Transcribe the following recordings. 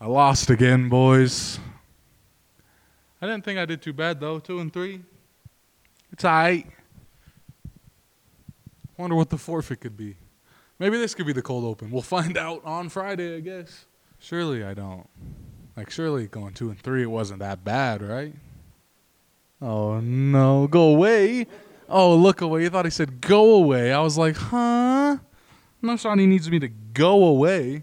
I lost again, boys. I didn't think I did too bad though. Two and three. It's alright. Wonder what the forfeit could be. Maybe this could be the cold open. We'll find out on Friday, I guess. Surely I don't. Like surely going two and three it wasn't that bad, right? Oh no, go away. Oh look away. You thought he said go away. I was like, huh? No Shawnee needs me to go away.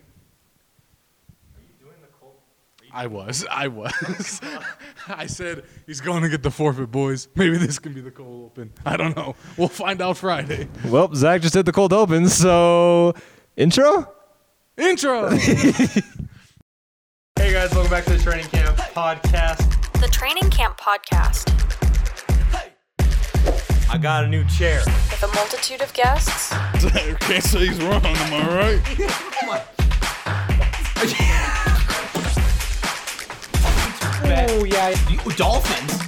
I was. I was. I said he's going to get the forfeit, boys. Maybe this can be the cold open. I don't know. We'll find out Friday. Well, Zach just did the cold open, so intro? Intro. Hey guys, welcome back to the Training Camp podcast. The Training Camp Podcast I got a new chair. with a multitude of guests. Can't say he's wrong. Am I right? Oh yeah, dolphins.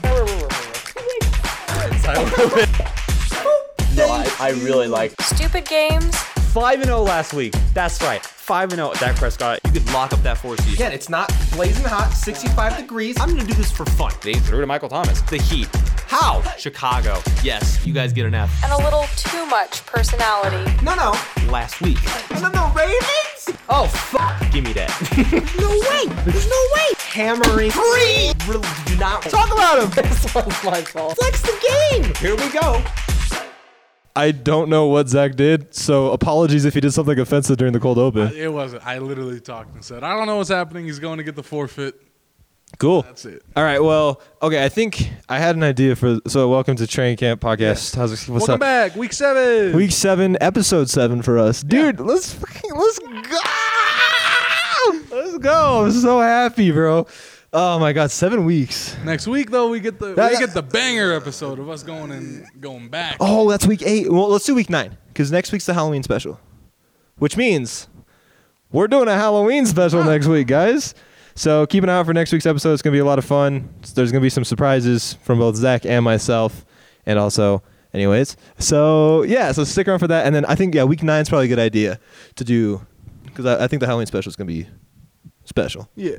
No, I, I really like Stupid games. five and zero last week. That's right, five and zero. Dak Prescott. You could lock up that four seed. Again, it's not blazing hot, 65 degrees. I'm gonna do this for fun. They threw to Michael Thomas. The Heat. How? Chicago. Yes, you guys get an F. And a little too much personality. No, no, Last week. no, no, Ravens. Oh fuck! Give me that. No way. There's no way. Hammering. Free. Really do not Talk about him. This one's my fault. Flex the game. Here we go. I don't know what Zach did, so apologies if he did something offensive during the cold open. It wasn't. I literally talked and said, I don't know what's happening. He's going to get the forfeit. Cool. That's it. All right. Well, okay. I think I had an idea for. So, welcome to Train Camp Podcast. How's it, what's Welcome up? back, week seven. Week seven, episode seven for us, dude. Let's fucking let's go. Let's go. I'm so happy, bro. Oh my god, seven weeks. Next week though, we get the That- we get the banger episode of us going and going back. Oh, that's week eight. Well, let's do week nine because next week's the Halloween special, which means we're doing a Halloween special next week, guys. So keep an eye out for next week's episode. It's gonna be a lot of fun. There's gonna be some surprises from both Zach and myself, and also, anyways. So yeah, so stick around for that. And then I think yeah, week nine's probably a good idea to do because I, I think the Halloween special is gonna be special. yeah.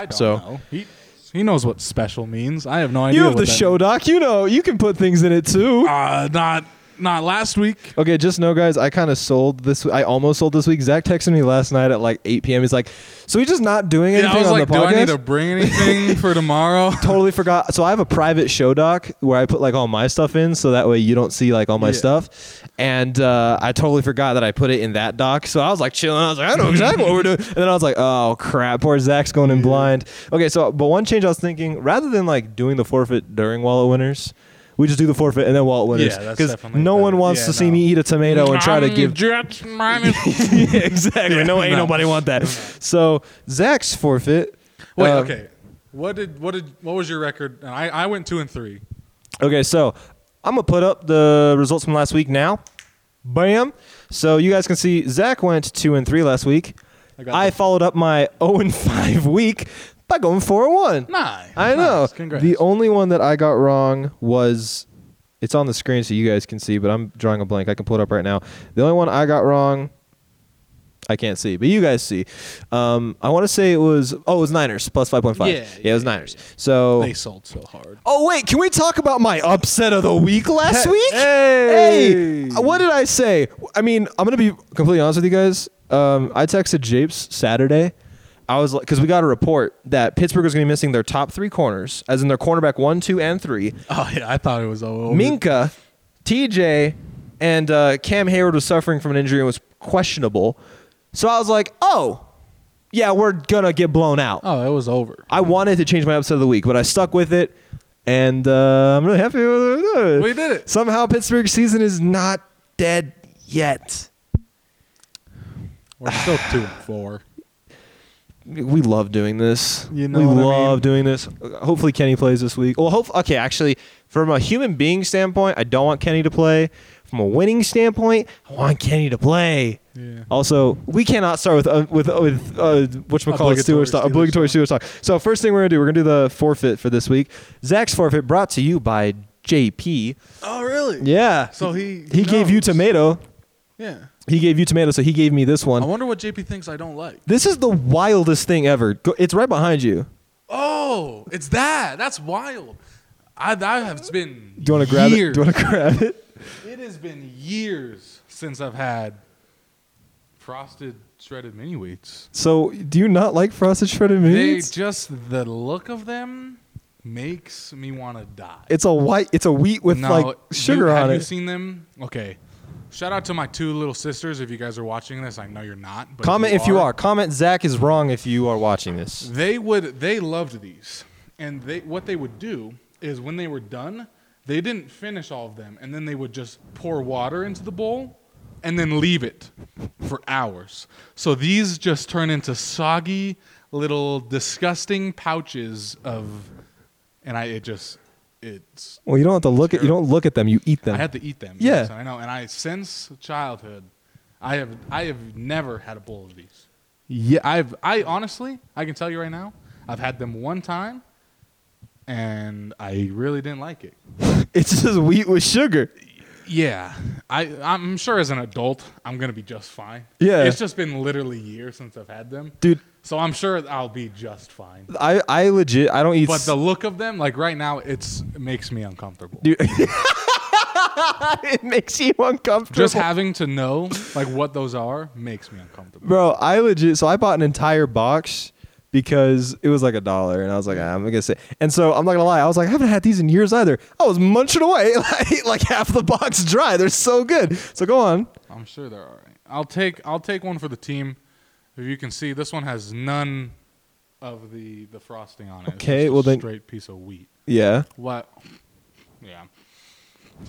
I don't So- know. He he knows what special means. I have no idea. You have what the that show doc. You know you can put things in it too. Uh, not not last week. Okay, just know, guys. I kind of sold this. I almost sold this week. Zach texted me last night at like 8 p.m. He's like, "So he's just not doing anything Yeah, I was on like, the do I podcast." need to bring anything for tomorrow? totally forgot. So I have a private show doc where I put like all my stuff in, so that way you don't see like all my Yeah. stuff. And uh, I totally forgot that I put it in that doc. So I was like chilling. I was like, I know exactly what we're doing. And then I was like, oh crap, poor Zach's going in blind. Okay, so but one change I was thinking, rather than like doing the forfeit during Wallet Winners. We just do the forfeit and then Wallet winners Yeah, that's because definitely no one better. wants Yeah, to see no. me eat a tomato and try to I'm give Jets minus. yeah, exactly. no, ain't no. nobody want that. So Zach's forfeit. Wait, uh, okay. What did what did what was your record? And I I went two and three. Okay, so I'm gonna put up the results from last week now. Bam. So you guys can see Zach went two and three last week. I got I, the- followed up my 0 and 5 week by going 4 and 1. Nice. I know. Nice. Congrats. The only one that I got wrong was it's on the screen so you guys can see, but I'm drawing a blank. I can pull it up right now. The only one I got wrong, I can't see, but you guys see. Um, I want to say it was oh, it was Niners plus 5.5. Yeah, Yeah, it was yeah, Niners. So they sold so hard. Oh wait, can we talk about my upset of the week last week? Hey! Hey, what did I say? I mean, I'm gonna be completely honest with you guys. Um, I texted Japes Saturday. I was like, because we got a report that Pittsburgh was gonna be missing their top three corners, as in their cornerback one, two, and three. Oh yeah, I thought it was all over. Minka, TJ, and uh, Cam Hayward was suffering from an injury and was questionable. So I was like, oh, yeah, we're gonna get blown out. Oh, it was over. I wanted to change my upset of the week, but I stuck with it, and uh, I'm really happy with it. We did it. Somehow Pittsburgh season is not dead yet. We're still two and four. We love doing this. You know we what I love mean? doing this. Hopefully Kenny plays this week. Well, hope okay. Actually, from a human being standpoint, I don't want Kenny to play. From a winning standpoint, I want Kenny to play. Yeah. Also, we cannot start with uh, with uh, with uh, what you call Obligatory Steelers talk, Steelers obligatory Steelers talk. So first thing we're gonna do, we're gonna do the forfeit for this week. Zach's forfeit brought to you by JP. Oh really? Yeah. So he he gave you knows. tomato. Yeah. He gave you tomato, so he gave me this I one. wonder what JP thinks I don't like. This is the wildest thing ever. Go- It's right behind you. Oh, it's that. That's wild. I, I have been. Do you want to grab years. it? Do you want to grab it? It has been years since I've had frosted shredded mini wheats. So, do you not like frosted shredded They meats? just the look of them makes me want to die. it's a white. It's a wheat with No, like you- sugar have on you it. seen them? Okay. Shout out to my two little sisters. If you guys are watching this, I know you're not. But Comment if you are. Comment Zach is wrong if you are watching this. They would. They loved these, and they what they would do is when they were done, they didn't finish all of them, and then they would just pour water into the bowl, and then leave it for hours. So these just turn into soggy little disgusting pouches of, and I it just it's Well, you don't have to look at. You don't look at them. You eat them. I had to eat them. Yeah. Yes, I know. And I since childhood, I have I have never had a bowl of these. Yeah, I've I honestly I can tell you right now, I've had them one time, and I really didn't like it. it's just wheat with sugar. Yeah, I I'm sure as an adult I'm gonna be just fine. Yeah. it's just been literally years since I've had them, Dude, So I'm sure I'll be just fine. I I legit. I don't eat. But s- the look of them, like right now, it's it makes me uncomfortable. Dude. it makes you uncomfortable. Just having to know like what those are makes me uncomfortable. Bro, I legit. So I bought an entire box because it was like a dollar, and I was like, "Ah, I'm gonna say. And so I'm not gonna lie, I was like, I haven't had these in years either. I was munching away. I ate like half the box dry. They're so good. So go on. I'm sure they're all right. I'll take I'll take one for the team. If you can see, this one has none of the the frosting on it. It's Okay, just a well then- straight piece of wheat. Yeah. What? Yeah.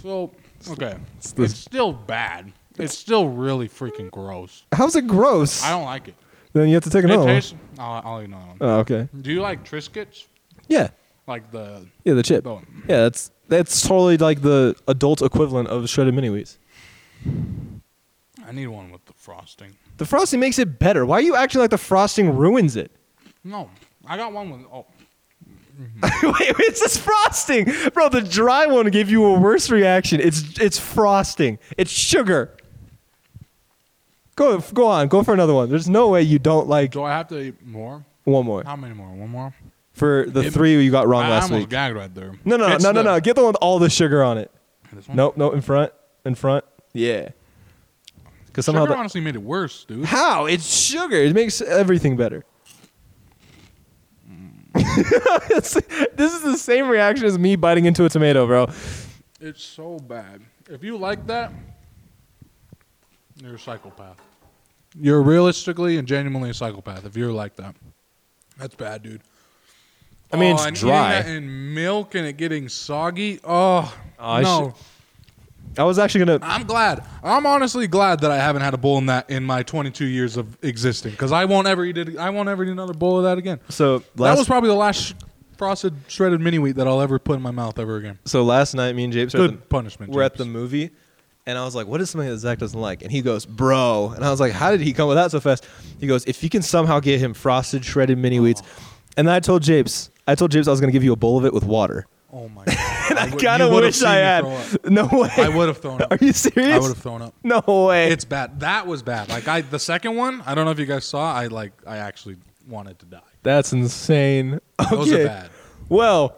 So okay, it's, the- still bad. It's still really freaking gross. How's it gross? I don't like it. then you have to take another It one. tastes. I'll, I'll ignore that one. Oh, okay. Do you like Triscuits? Yeah. Like the Yeah, the chip. That one. Yeah, that's that's totally like the adult equivalent of shredded mini wheats. I need one with the frosting. The frosting makes it better. Why are you acting like the frosting ruins it? No, I got one with oh. Wait, it's this frosting, bro. The dry one gave you a worse reaction. It's it's frosting. It's sugar. Go go on. Go for another one. There's no way you don't like Do I have to eat more? one more How many more? One more. for the It- three you got wrong I I last almost week. gagged right there. No, no, no, It's no, no, the- no. Get the one with all the sugar on it. This one? Nope, nope. In front, in front. Yeah. Because somehow Sugar the, honestly made it worse, dude. how it's sugar. It makes everything better. It's- Mm. this is the same reaction as me biting into a tomato, bro. It's so bad. If you like that, you're a psychopath. You're realistically and genuinely a psychopath if you're like that. That's bad, dude. I mean, it's and eating dry. that in milk and it getting soggy. Oh, I no. I was actually gonna. I'm glad. I'm honestly glad that I haven't had a bowl in that in my 22 years of existing because I won't ever eat it. I won't ever eat another bowl of that again. So that last was probably the last sh- frosted shredded mini wheat that I'll ever put in my mouth ever again. so last night, me and Japes are at Good the, punishment. we're at the James. movie, and I was like, "What is something that Zach doesn't like?" And he goes, "Bro," and I was like, "How did he come with that so fast?" He goes, "If you can somehow get him frosted shredded mini wheats," Oh. and then I told Japes, I told Japes I was gonna give you a bowl of it with water. Oh my god! I I would- kind of you would've wish seen I me had. throw up. No way. I would have thrown up. Are you serious? I would have thrown up. No way. It's bad. That was bad. Like I, the second one. I don't know if you guys saw. I like. I actually wanted to die. That's insane. Okay. Those are bad. Well,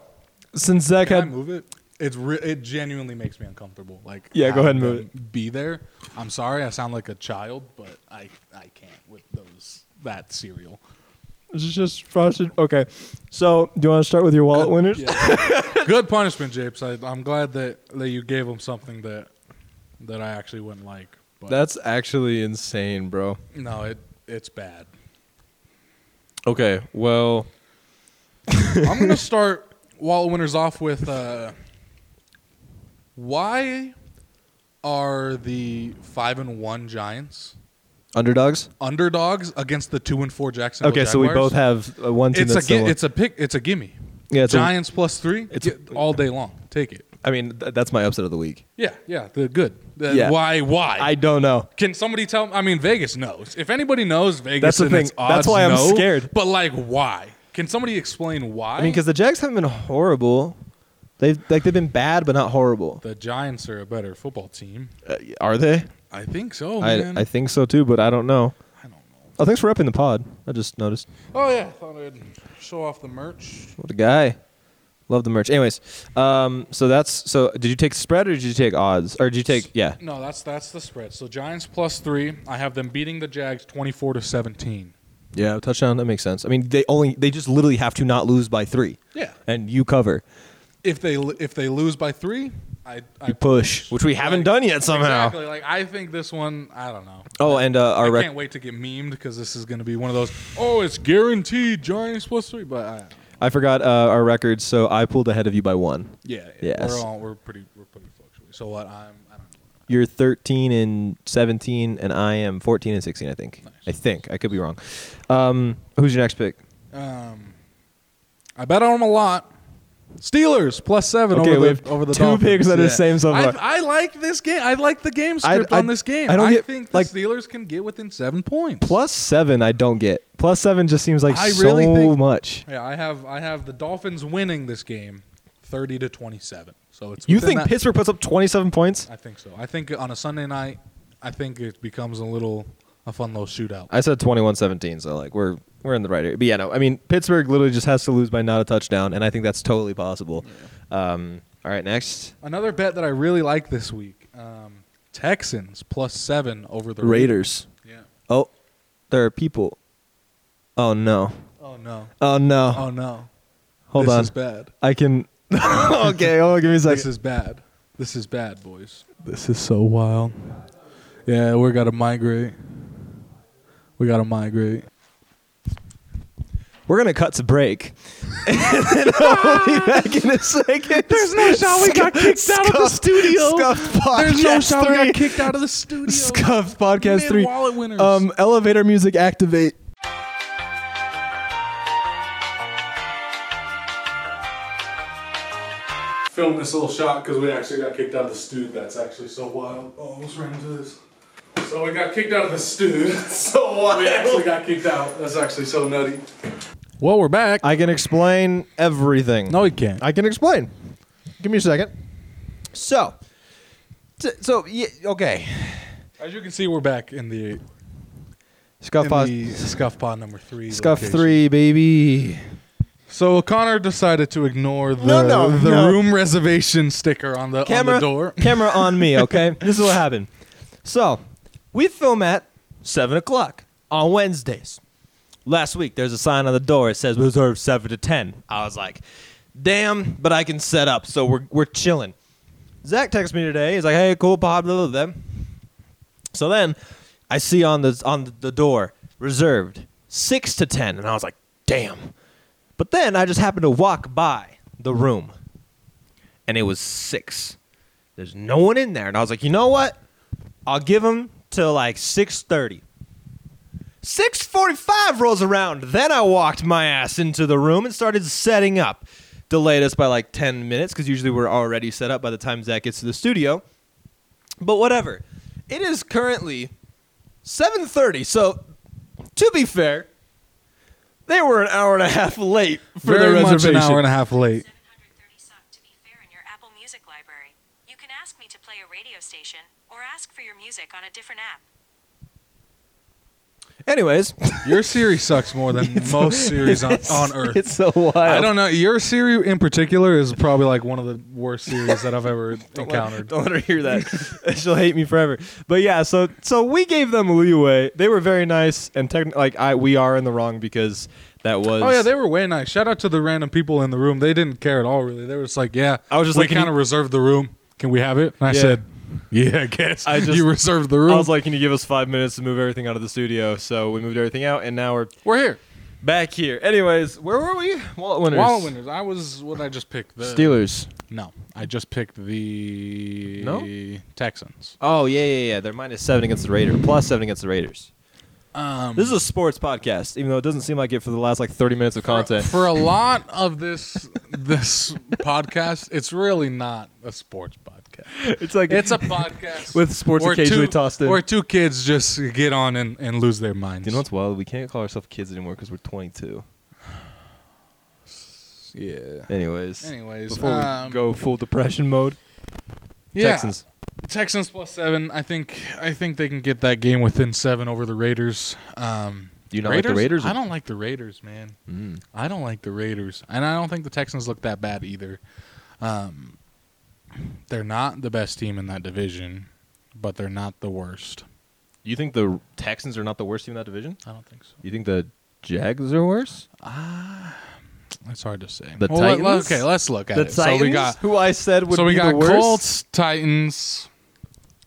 since Zach Can I had move it? It's re- it genuinely makes me uncomfortable. Like Yeah, go ahead and having move them Be there. I'm sorry. I sound like a child, but I I can't with those that cereal. this is just frosted. Okay, so do you want to start with your wallet winners? Uh, Yeah. Good punishment, Japes. I, I'm glad that that you gave them something that that I actually wouldn't like. But That's actually insane, bro. no, it it's bad. Okay, well, I'm gonna start Wallet Winners off with uh, why are the five and one Giants underdogs. underdogs against the two and four Jacksonville? Okay, so we Jaguars? both have uh, one team It's a that's gi- similar. it's a pick it's a gimme. Yeah, it's a- Giants plus three. it's a- Get- all day long. Take it. I mean, th- that's my upset of the week. Yeah, yeah. The good. The Yeah. Why? Why? I don't know. Can somebody tell? I mean, Vegas knows. If anybody knows Vegas, That's the and thing. Its odds That's why I'm know, scared. But like, why? Can somebody explain why? I mean, because the Jags haven't been horrible. They've like they've been bad, but not horrible. the Giants are a better football team. Uh, are they? I think so, man. I, I think so too, but I don't know. I don't know. Oh, thanks for upping the pod. I just noticed. Oh yeah, thought I'd show off the merch. What a guy. Love the merch. Anyways, um, so that's so. Did you take spread or did you take odds or did you take yeah? No, that's that's the spread. So Giants plus three. I have them beating the Jags twenty-four to seventeen. Yeah, touchdown. That makes sense. I mean, they only they just literally have to not lose by three. Yeah. and you cover, If they if they lose by three, I, I you push, which we haven't done yet somehow. Exactly. Like I think this one, I don't know. Oh, and uh, I our rec- can't wait to get memed because this is going to be one of those. Oh, it's guaranteed Giants plus three, but I, I forgot uh, our records, so I pulled ahead of you by one. yeah, Yes. we're all we're pretty we're pretty fluctuating. So what I'm I don't know. You're 13 and 17, and I am 14 and 16. I think. I think I could be wrong. Um, who's your next pick? I bet on them a lot. Steelers plus seven Okay, over we the have over the two Dolphins. picks that are the same so I, far. I like this game. I like the game I- script I- on this game. I I, don't get- think like- the Steelers can get within seven points. Plus seven, I don't get. Plus seven just seems like I so really think- much. Yeah, I have I have the Dolphins winning this game, thirty to twenty seven. So it's You within think that- Pittsburgh puts up 27 points? I think so. I think on a Sunday night, I think it becomes a little a fun little shootout. I said 21-17, so like we're we're in the right area. But yeah, no, I mean Pittsburgh literally just has to lose by not a touchdown, and I think that's totally possible. Um, all right, next Another bet that I really like this week: um, Texans plus seven over the Raiders. Yeah. Oh, there are people. Oh no. Oh no. Oh no. Oh no. Hold this on. is bad. I can. okay, hold on, give me a second. This is bad. This is bad, boys. This is so wild. Yeah, we gotta migrate. We gotta migrate. we're gonna cut to break. and then I'll be back in a second. There's no shot we got kicked out of the studio. Scuffed There's no podcast shot we three. got kicked out of the studio. Scuff podcast Mid three. wallet winners. Um, elevator music activate. Film this little shot because we actually got kicked out of the studio. That's actually so wild. Oh, I almost ran into this. So we got kicked out of the studio. so wild. We actually got kicked out. That's actually so nutty. Well, we're back. I can explain everything. no, he can't. I can explain. Give me a second. So, t- so yeah, okay. As you can see, we're back in the, Scuff in pod. the scuff pod number three. Scuff location. three, baby. So Connor decided to ignore the, No, no, the no. room reservation sticker on the, on the door. camera on me, okay? this is what happened. So, we film at 7 o'clock on Wednesdays. Last week, there's a sign on the door. It says reserved 7 to 10. I was like, damn, but I can set up, so we're, we're chilling. Zach texts me today. He's like, hey, cool, pod, blah, blah, blah. So then I see on the, on the door, reserved 6 to 10. And I was like, damn. But then I just happened to walk by the room and it was six. There's no one in there, and I was like, you know what? I'll give them till like six thirty. Six forty-five rolls around. Then I walked my ass into the room and started setting up. Delayed us by like ten minutes because usually we're already set up by the time Zach gets to the studio. But whatever. It is currently seven thirty. So, to be fair, they were an hour and a half late for Very their much reservation. an hour and a half late. 730 suck to be fair in your Apple Music library. You can ask me to play a radio station or ask for your music on a different app. Anyways. Your series sucks more than most series on, on Earth. It's so wild. I don't know. Your series in particular is probably like one of the worst series that I've ever encountered. Don't let her hear that. She'll hate me forever. But yeah, so so we gave them leeway. They were very nice, and technically, like I, we are in the wrong because that was. Oh yeah, they were way nice. Shout out to the random people in the room. They didn't care at all, really. They were just like, "Yeah, I was just we like, can kind of you- reserved the room. Can we have it?" And I Yeah. said, "Yeah, I guess I just- you reserved the room. I was like, can you give us five minutes to move everything out of the studio? So we moved everything out, and now we're we're here." back here. Anyways, where were we? Wallet winners. Wallet winners. I was what did I just picked the Steelers. No, I just picked the No? Texans. Oh yeah, yeah, yeah. They're minus seven against the Raiders, plus seven against the Raiders. Um, This is a sports podcast, even though it doesn't seem like it for the last like thirty minutes of content. for a lot of this this podcast, it's really not a sports podcast. it's like It's a podcast With sports where occasionally two, tossed in. where two kids just get on and, and lose their minds. You know what's wild? We can't call ourselves kids anymore because we're 22. yeah. Anyways. Anyways, Before um, we go full depression mode. yeah. Texans. Texans plus seven. I think I think they can get that game within seven over the Raiders. Um, Do you not like the Raiders? Mm. I don't like the Raiders, man. I don't like the Raiders, and I don't think the Texans look that bad either. Um, they're not the best team in that division, but they're not the worst. You think the Texans are not the worst team in that division? I don't think so. You think the Jags are worse? It's hard to say. The let- let- Titans? okay, let's look at the it. So we got who I said would so we be got the worst. Colts, Titans,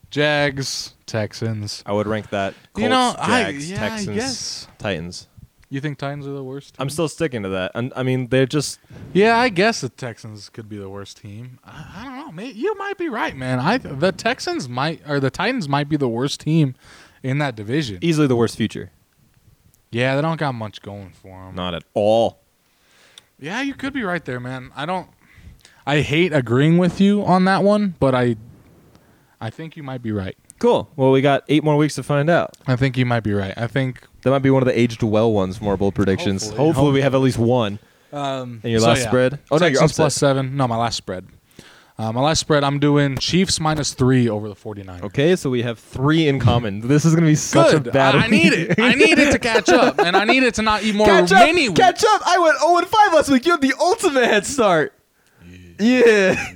Jags, Texans. I would rank that Colts, You know, I- Jags, yeah, I Texans, guess. Titans. You think Titans are the worst? I'm team? still sticking to that. i I mean, they're just Yeah, I guess the Texans could be the worst team. I, I don't know. May you might be right, man. I the Texans might or the Titans might be the worst team in that division. easily the worst future. Yeah, they don't got much going for them. Not at all. Yeah, you could be right there, man. I don't. I hate agreeing with you on that one, but I, I think you might be right. Cool. Well, we got eight more weeks to find out. I think you might be right. I think That might be one of the aged well ones from our bold predictions. Hopefully. Hopefully, we have at least one. Um, and your So, last yeah. spread? Oh no, Texans you're upset. plus seven. No, my last spread. Uh, my last spread. I'm doing Chiefs minus three over the 49ers. Okay, so we have three in common. This is gonna be such Good. a bad. I, I need it. I need it to catch up, and I need it to not eat more catch up, mini. catch up. I went 0 and 5 last week. You had the ultimate head start. Yeah,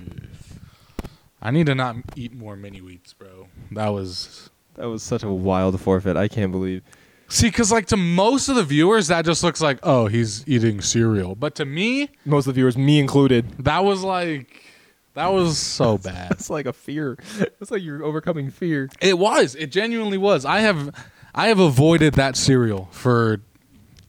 I need to not eat more mini wheats, bro. That was that was such a wild forfeit. I can't believe. see, because like to most of the viewers, that just looks like oh, he's eating cereal. But to me, most of the viewers, me included. that was like that was so bad. That's like a fear. That's like you're overcoming fear. It was. It genuinely was. I have I have avoided that cereal for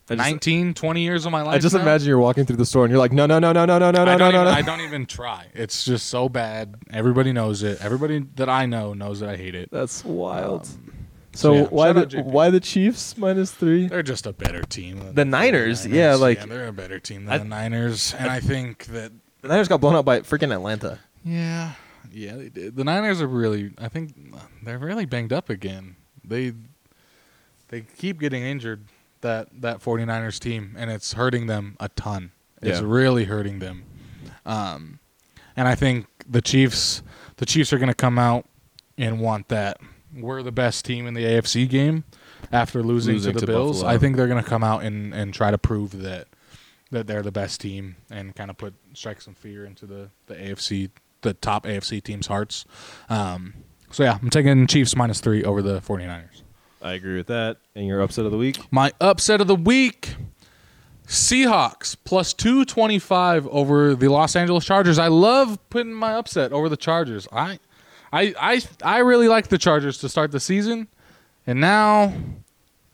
I just, 19, 20 years of my life. I just now. imagine you're walking through the store and you're like, no, no, no, no, no, no, no, I no, don't no, even, no. I don't even try. It's just so bad. Everybody knows it. Everybody that I know knows that I hate it. That's wild. Um, so so yeah, why shout out the JP. why the Chiefs minus three? They're just a better team. than The Niners, yeah, like- they're a better team than the Niners, and I, think that The Niners got blown out by freaking Atlanta. yeah, yeah, they did. The Niners are really, I think, they're really banged up again. They they keep getting injured. That that 49ers team, and it's hurting them a ton. It's Yeah. really hurting them. Um, and I think the Chiefs, the Chiefs are going to come out and want that. We're the best team in the AFC game after losing, Losing to the to Bills. Buffalo. I think they're going to come out and, and try to prove that that they're the best team and kind of put strike some fear into the, the AFC, the top AFC team's hearts. Um, so yeah, I'm taking Chiefs minus three over the 49ers. I agree with that. And your upset of the week? My upset of the week Seahawks plus 225 over the Los Angeles Chargers. I love putting my upset over the Chargers. I I I I really like the Chargers to start the season. And now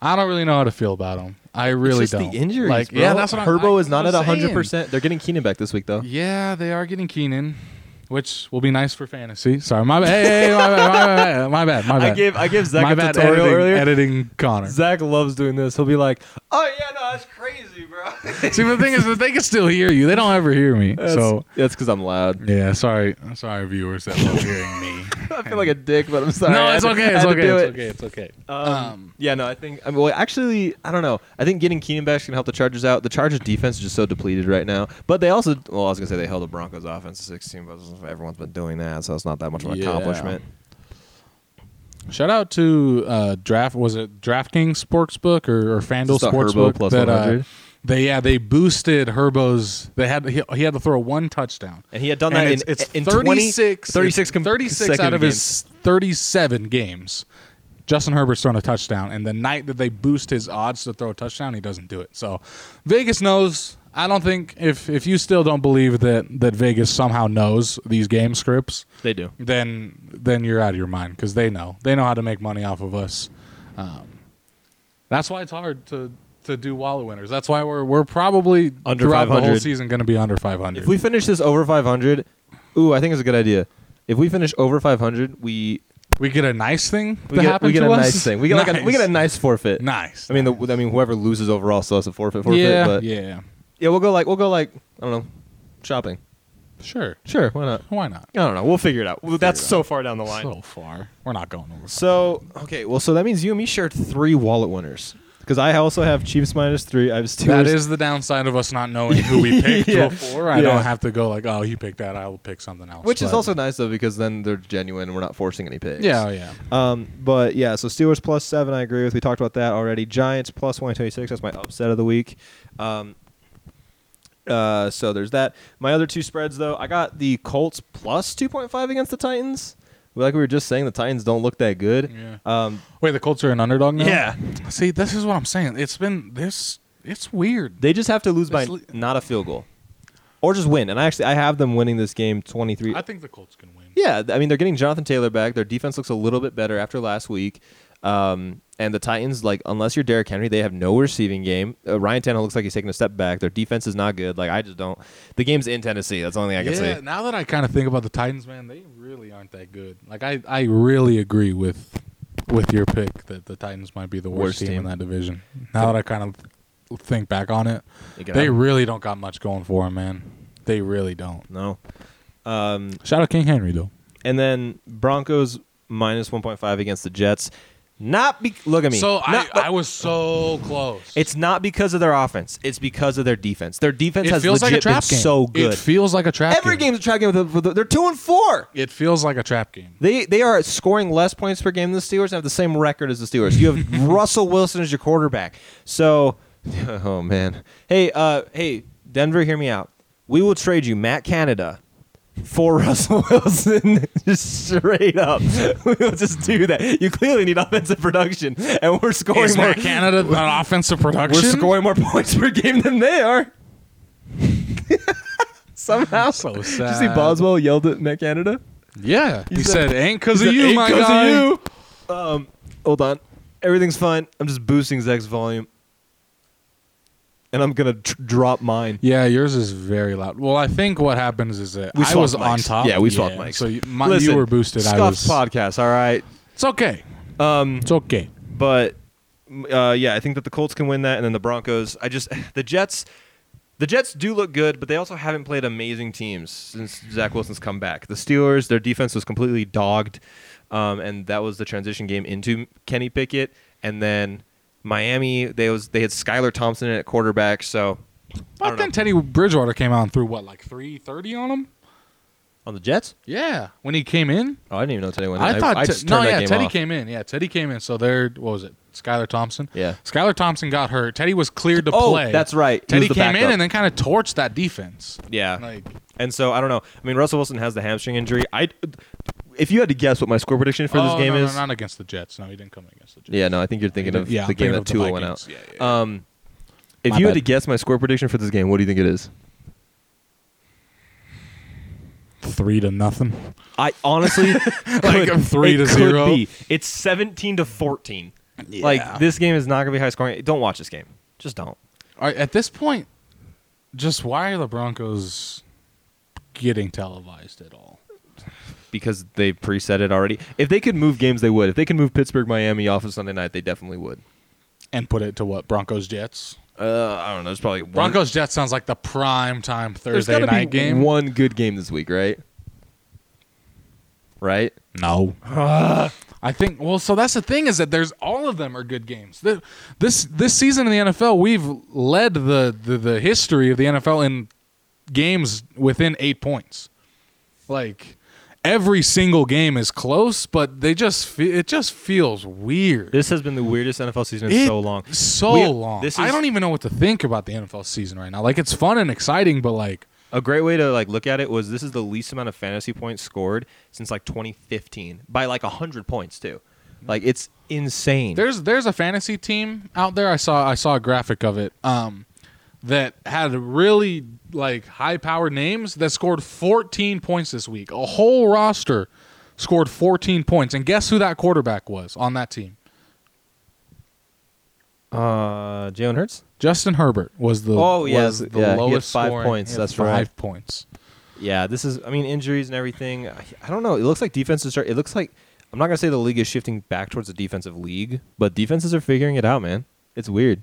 I don't really know how to feel about them. I really it's just don't. the injuries. Like bro. yeah, that's what I'm- Herbo I- is not I'm at hundred saying. percent. They're getting Keenan back this week though. Yeah, they are getting Keenan, which will be nice for fantasy. Sorry, my bad. Hey, hey, my bad. My bad. My bad. My bad. I gave I gave Zach my a bad tutorial editing, earlier. editing Connor. Zach loves doing this. He'll be like, "Oh yeah, no, that's crazy, bro." See, the thing is that they can still hear you. They don't ever hear me. so that's because I'm loud. yeah, sorry, sorry, viewers that love hearing me. I feel like a dick, but I'm sorry. I no, had it's to- I okay. It's had to okay. do It's it. okay. It's okay. Um, yeah, no, I think. I mean, well, actually, I don't know. I think getting Keenan back can help the Chargers out. The Chargers defense is just so depleted right now. But they also, well, I was gonna say they held the Broncos offense to 16, but everyone's been doing that, so it's not that much of an Yeah. accomplishment. Shout out to uh, draft. Was it DraftKings Sportsbook or, or FanDuel Just a Herbo Sportsbook plus that uh, 100? they yeah they boosted Herbo's. They had he, he had to throw one touchdown. And he had done that it's, in, it's in 36, 36, 36, it's com- 36 out consecutive of games. his 37 games. Justin Herbert's thrown a touchdown, and the night that they boost his odds to throw a touchdown, he doesn't do it. So Vegas knows. I don't think if if you still don't believe that that Vegas somehow knows these game scripts, They do. then then you're out of your mind because they know they know how to make money off of us. Um, that's why it's hard to to do wallet winners. That's why we're we're probably Under throughout the whole 500. season going to be under 500. If we finish this over 500, ooh, I think it's a good idea. If we finish over 500, we We get a nice thing we that get, happened we get to a us. nice thing. We get like a, we get a nice forfeit. nice. I mean, the, I mean, whoever loses overall still has a forfeit. forfeit yeah, but yeah, yeah, we'll go like we'll go like I don't know, shopping. sure. Sure, why not? Why not? I don't know. We'll figure it out. that's so far down the line. So far, we're not going over. So okay, well, so that means you and me shared three wallet winners. because I also have Chiefs minus three. I was two. That is the downside of us not knowing who we picked Yeah. before. I Yeah. don't have to go like, oh, you picked that. I'll pick something else. which is But- also nice though because then they're genuine. and We're not forcing any picks. yeah, oh, yeah. Um, but yeah, so Steelers plus seven, I agree with. We talked about that already. Giants plus one twenty six. That's my upset of the week. Um, uh, so there's that. My other two spreads though, I got the Colts plus two point five against the Titans. Like we were just saying, the Titans don't look that good. Yeah. Um, Wait, the Colts are an underdog now. Yeah. See, this is what I'm saying. It's been this. It's weird. they just have to lose by It's li- not a field goal, or just win. And I actually I have them winning this game twenty three. I think the Colts can win. Yeah, th- I mean they're getting Jonathan Taylor back. Their defense looks a little bit better after last week. Um, and the Titans, like unless you're Derrick Henry, they have no receiving game. Uh, Ryan Tannehill looks like he's taking a step back. Their defense is not good. Like I just don't. The game's in Tennessee. That's the only thing I can yeah, say. now that I kind of think about the Titans, man, they really aren't that good. Like I, I really agree with with your pick that the Titans might be the worst, Worst team, in team. that division. Now that I kind of think back on it, They get they out. really don't got much going for them, man. They really don't. No. Um, Shout out King Henry though. and then Broncos minus 1.5 against the Jets. Not be look at me. so Not- I, I was so close. it's not because of their offense. It's because of their defense. Their defense it has feels legit like a trap been game. so good. It feels like a trap. Every game. game's a trap game. With the, they're two and four. It feels like a trap game. They they are scoring less points per game than the Steelers and have the same record as the Steelers. You have Russell Wilson as your quarterback. So, oh man. Hey, uh, hey, Denver, hear me out. We will trade you Matt Canada for Russell Wilson, just straight up. we will just do that. You clearly need offensive production, and we're scoring Is more. Matt Canada an offensive we're production? scoring more points per game than they are. Somehow, So Did you see sad. Boswell yelled at Matt Canada? Yeah, he, said- said, "Ain't cause of He's you, like, my "Ain't 'cause of guy." you. Um, hold on. Everything's fine. I'm just boosting Zach's volume, and I'm gonna tr- drop mine. Yeah, yours is very loud. Well, I think what happens is that We I swapped was on mics. top. Yeah, we swapped mics. So you, my, Listen, you were boosted. I was. Scuffed podcast. All right, It's okay. Um, it's okay. but uh, yeah, I think that the Colts can win that, and then the Broncos. I just the Jets. The Jets do look good, but they also haven't played amazing teams since Zach Wilson's come back. The Steelers, their defense was completely dogged, um, and that was the transition game into Kenny Pickett. And then Miami, they was they had Skylar Thompson at quarterback, so I But don't know. then Teddy Bridgewater came out and threw what, like three thirty on him? on the Jets. Yeah, when he came in, Oh, I didn't even know Teddy went. I, in. thought. I, Te- just no, turned that yeah, game Teddy off. came in. Yeah, Teddy came in. So there, what was it? Skylar Thompson. Yeah. Skylar Thompson got hurt. Teddy was cleared to Oh, play. that's right. He Teddy was the came in backup. and then kind of torched that defense. Yeah, Like, And so I don't know. I mean, Russell Wilson has the hamstring injury. I, if you had to guess what my score prediction for Oh, this game no, no, is, not against the Jets. No, he didn't come against the Jets. yeah, no, I think you're thinking of Yeah, the I'm thinking game that of the Tua went out. Vikings. Yeah, yeah, yeah. Um, if My you had bad. to guess my score prediction for this game, what do you think it is? Three to nothing. I honestly Like a three it to could zero? be. It's seventeen to fourteen. Like this game is not gonna be high scoring. Don't watch this game. Just don't. All right, at this point, just why are the Broncos getting televised at all? Because they preset it already. If they could move games, they would. If they could move Pittsburgh, Miami off of Sunday night, they definitely would. And put it to what Broncos Jets. Uh, I don't know. There's probably one, Broncos Jets sounds like the prime time There's Thursday gotta night be game. One good game this week, right? Right. No, I think. Well, so that's the thing is that there's all of them are good games. The- This this season in the NFL, we've led the the, the history of the NFL in games within eight points. Like every single game is close, but they just fe- it just feels weird. This has been the weirdest NFL season in It- so long. So We- long. This is I don't even know what to think about the NFL season right now. Like it's fun and exciting, but like a great way to like look at it was this is the least amount of fantasy points scored since like 2015 by like 100 points too. Like it's insane. there's there's a fantasy team out there. I saw I saw a graphic of it. Um that had really like high powered names that scored 14 points this week. A whole roster scored 14 points. And guess who that quarterback was on that team? uh Jalen Hurts? Justin Herbert was the Oh, yeah, was the yeah, he had lowest five scoring- points, he had that's five right. points. Yeah, this is I mean injuries and everything. I, I don't know. It looks like defenses are it looks like I'm not going to say the league is shifting back towards the defensive league, but defenses are figuring it out, man. It's weird.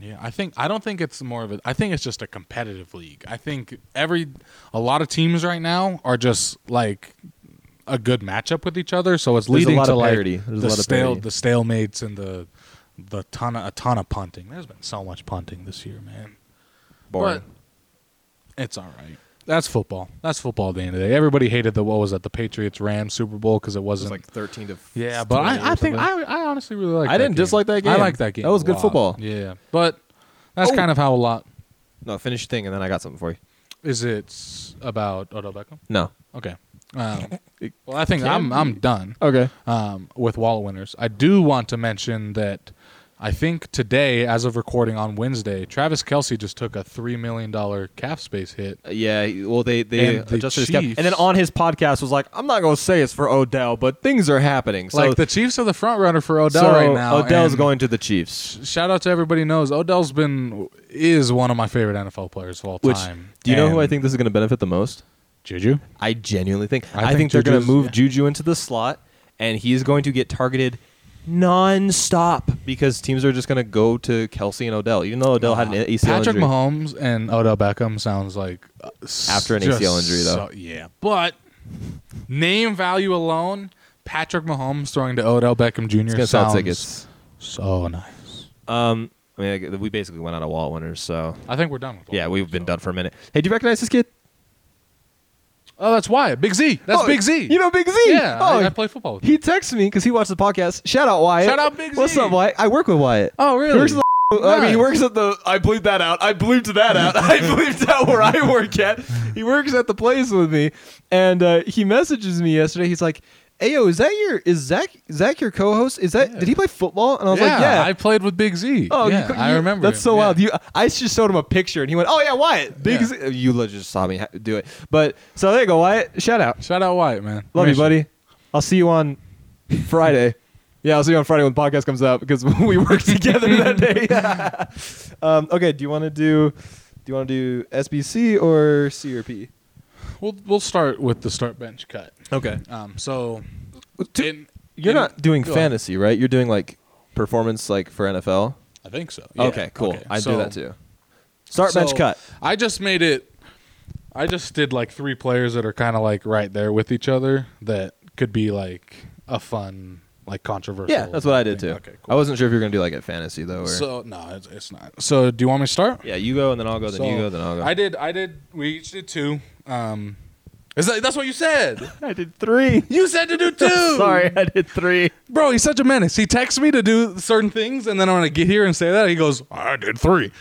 Yeah, I think I don't think it's more of a. I think it's just a competitive league. I think every a lot of teams right now are just like a good matchup with each other, so it's There's a leading lot to of like parity. There's a the lot of stale parity. the stalemates and the the ton of, a ton of punting. There's been so much punting this year, man. Boring. But it's all right. That's football. That's football at the end of the day. Everybody hated the what was that the Patriots Rams Super Bowl because it It was wasn't like 13 to f- yeah, but 20 I, or I think something. I, I honestly really like. I didn't dislike that I game. like that game. That was a good lot. football. Yeah, but that's Oh. kind of how a lot No, finish your thing and then I got something for you. is. It's about Odell Beckham. No. Okay. Um, It well, I think can I'm I'm done Okay. um, with wallet winners. I do want to mention that I think today, as of recording on Wednesday, Travis Kelsey just took a three million dollar cap space hit. Yeah, he- well, they they And the adjusted his cap, and Chiefs- then on his podcast was like, "I'm not gonna say it's for Odell, but things are happening." So, like the Chiefs are the front runner for Odell so right now. Odell's and going to the Chiefs. Shout out to everybody who knows Odell's been is one of my favorite NFL players of all Which time. do you know who I And- think this is gonna benefit the most? Juju? I genuinely think. I, I think think, they're going to Juju's- move Juju into the slot, and he's going to get targeted nonstop because teams are just going to go to Kelsey and Odell, even though Odell had an ACL Uh, Patrick injury. Mahomes and Odell Beckham sounds like uh, s- After an just ACL injury, though. so- yeah, but name value alone, Patrick Mahomes throwing to Odell Beckham Let's Jr. get sell sounds tickets. so nice. Um, I mean, I- we basically went out of wallet winners, so I think we're done with. all yeah, that, we've been so. done for a minute. Hey, do you recognize this kid? Oh, that's Wyatt. Big Z. That's Oh, Big Z. You know Big Z. Yeah, Oh, I, I play football with him. He texted me because he watched the podcast. Shout out Wyatt. Shout out Big Z. What's up, Wyatt? I work with Wyatt. Oh, really? He works at the, I mean, he Nice. works at the. I bleeped that out. I bleeped that out. I bleeped out where I work at. He works at the place with me, and uh, he messages me yesterday. He's like, "Ayo, is that your is Zach Zach your co-host? Is that did he play football?" And I was yeah, like, "Yeah." I played with Big Z. Oh, you yeah, cou- I you- remember. That's him. so yeah. wild. You, I just showed him a picture, and he went, "Oh yeah, Wyatt, Big Yeah. Z." You li- just saw me ha- do it, but so there you go, Wyatt. Shout out. Shout out Wyatt, man. Love you, Miss buddy. I'll see you on Friday. yeah, I'll see you on Friday when the podcast comes out because we worked together that day. um, okay, do you want to do do you want to do SBC or C or P? We'll we'll start with the start bench cut. Okay, Um, so in- you're in- not doing go ahead. fantasy, right? You're doing like performance, like for NFL. I think so. Yeah. okay, cool. I so- do that too. Start bench so cut. I just made it. I just did like three players that are kind of like right there with each other that could be like a fun, like controversial. Yeah, that's what I did thing. too. Okay, I cool. wasn't sure if you were gonna do like at fantasy though. Or, So no, it's, it's not. So do you want me to start? yeah, you go and then I'll go, then you So, go, then I'll go. I did. I did. We each did two. Um, is that, that's what you said. I did three. you said to do two. I did three. bro. He's such a menace. He texts me to do certain things, and then I'm gonna get here and say that. He goes, I did three.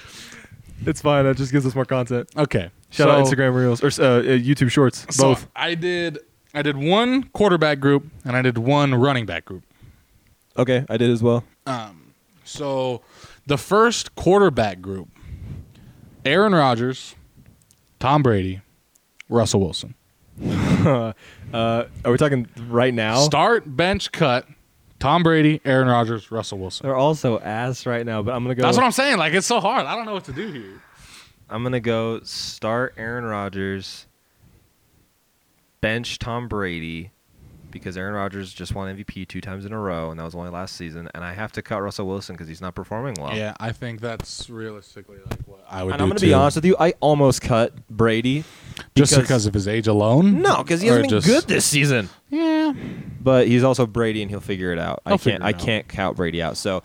It's fine. That just gives us more content. Okay. Shout out so- Instagram Reels or uh, uh, YouTube Shorts. So both. I did. I did one quarterback group, and I did one running back group. Okay, I did as well. So the first quarterback group Aaron Rodgers, Tom Brady, Russell Wilson. Uh, are we talking right now? Start, bench, cut. Tom Brady, Aaron Rodgers, Russell Wilson. They're also ass right now, but I'm gonna go. That's what I'm saying. Like, it's so hard. I don't know what to do here. I'm gonna go start Aaron Rodgers, bench Tom Brady, because Aaron Rodgers just won MVP two times in a row, and that was only last season. And I have to cut Russell Wilson because he's not performing well. Yeah, I think that's realistically like what I would and do. I'm gonna be too. honest with you. I almost cut Brady. Just because- because of his age alone? No, because he Or hasn't been just- good this season. Yeah. But he's also Brady, and he'll figure it out. I He'll can't. figure it I out. can't count Brady out. So,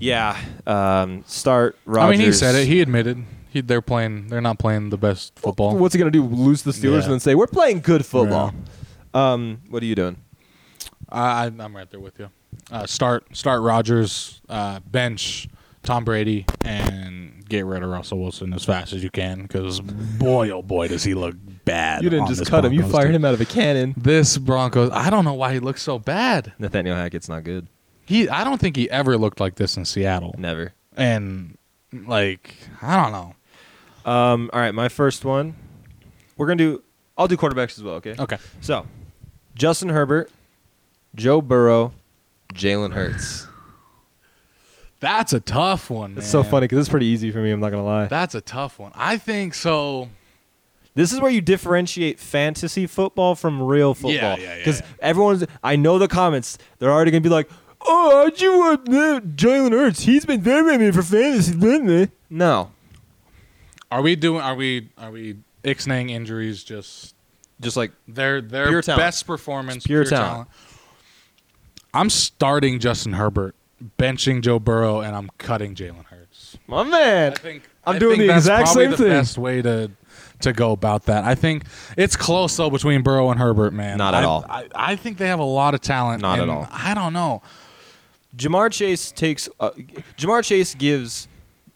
yeah, um, start Rodgers. I mean, he said it. He admitted he, they're playing. They're not playing the best football. What's he gonna do? Lose the Steelers Yeah. and then say we're playing good football? Um, what are you doing? I, I- I'm right there with you. Uh, start start Rogers, uh, bench Tom Brady, and get rid of Russell Wilson as fast as you can. Because boy, oh boy, does he look bad. You didn't on just this cut him. You Broncos fired team. him out of a cannon. This Broncos, I don't know why he looks so bad. Nathaniel Hackett's not good. He, I don't think he ever looked like this in Seattle. Never. And like, I don't know. Um, all right, my first one. We're gonna do. I'll do quarterbacks as well. Okay. Okay, So, Justin Herbert, Joe Burrow, Jalen Hurts. that's a tough one. It's so man. funny because it's pretty easy for me. I'm not gonna lie. That's a tough one. I think so. This is where you differentiate fantasy football from real football. Yeah, yeah, yeah, Because yeah. everyone's, I know the comments. They're already gonna be like, "Oh, how'd you want Jalen Hurts? He's been there with me for fantasy, didn't he?" No, Are we doing? Are we? Are we ixnaying injuries? Just just like Their their Pure talent. best performance, It's pure pure, talent. talent. I'm starting Justin Herbert benching Joe Burrow and I'm cutting Jalen Hurts. My man. I think I'm I doing think the that's exact probably same the thing. Best way to to go about that. I think it's close though between Burrow and Herbert. Man, Not at I- all. I, I think they have a lot of talent. Not at and all. I don't know. Jamar Chase takes. Uh, Jamar Chase gives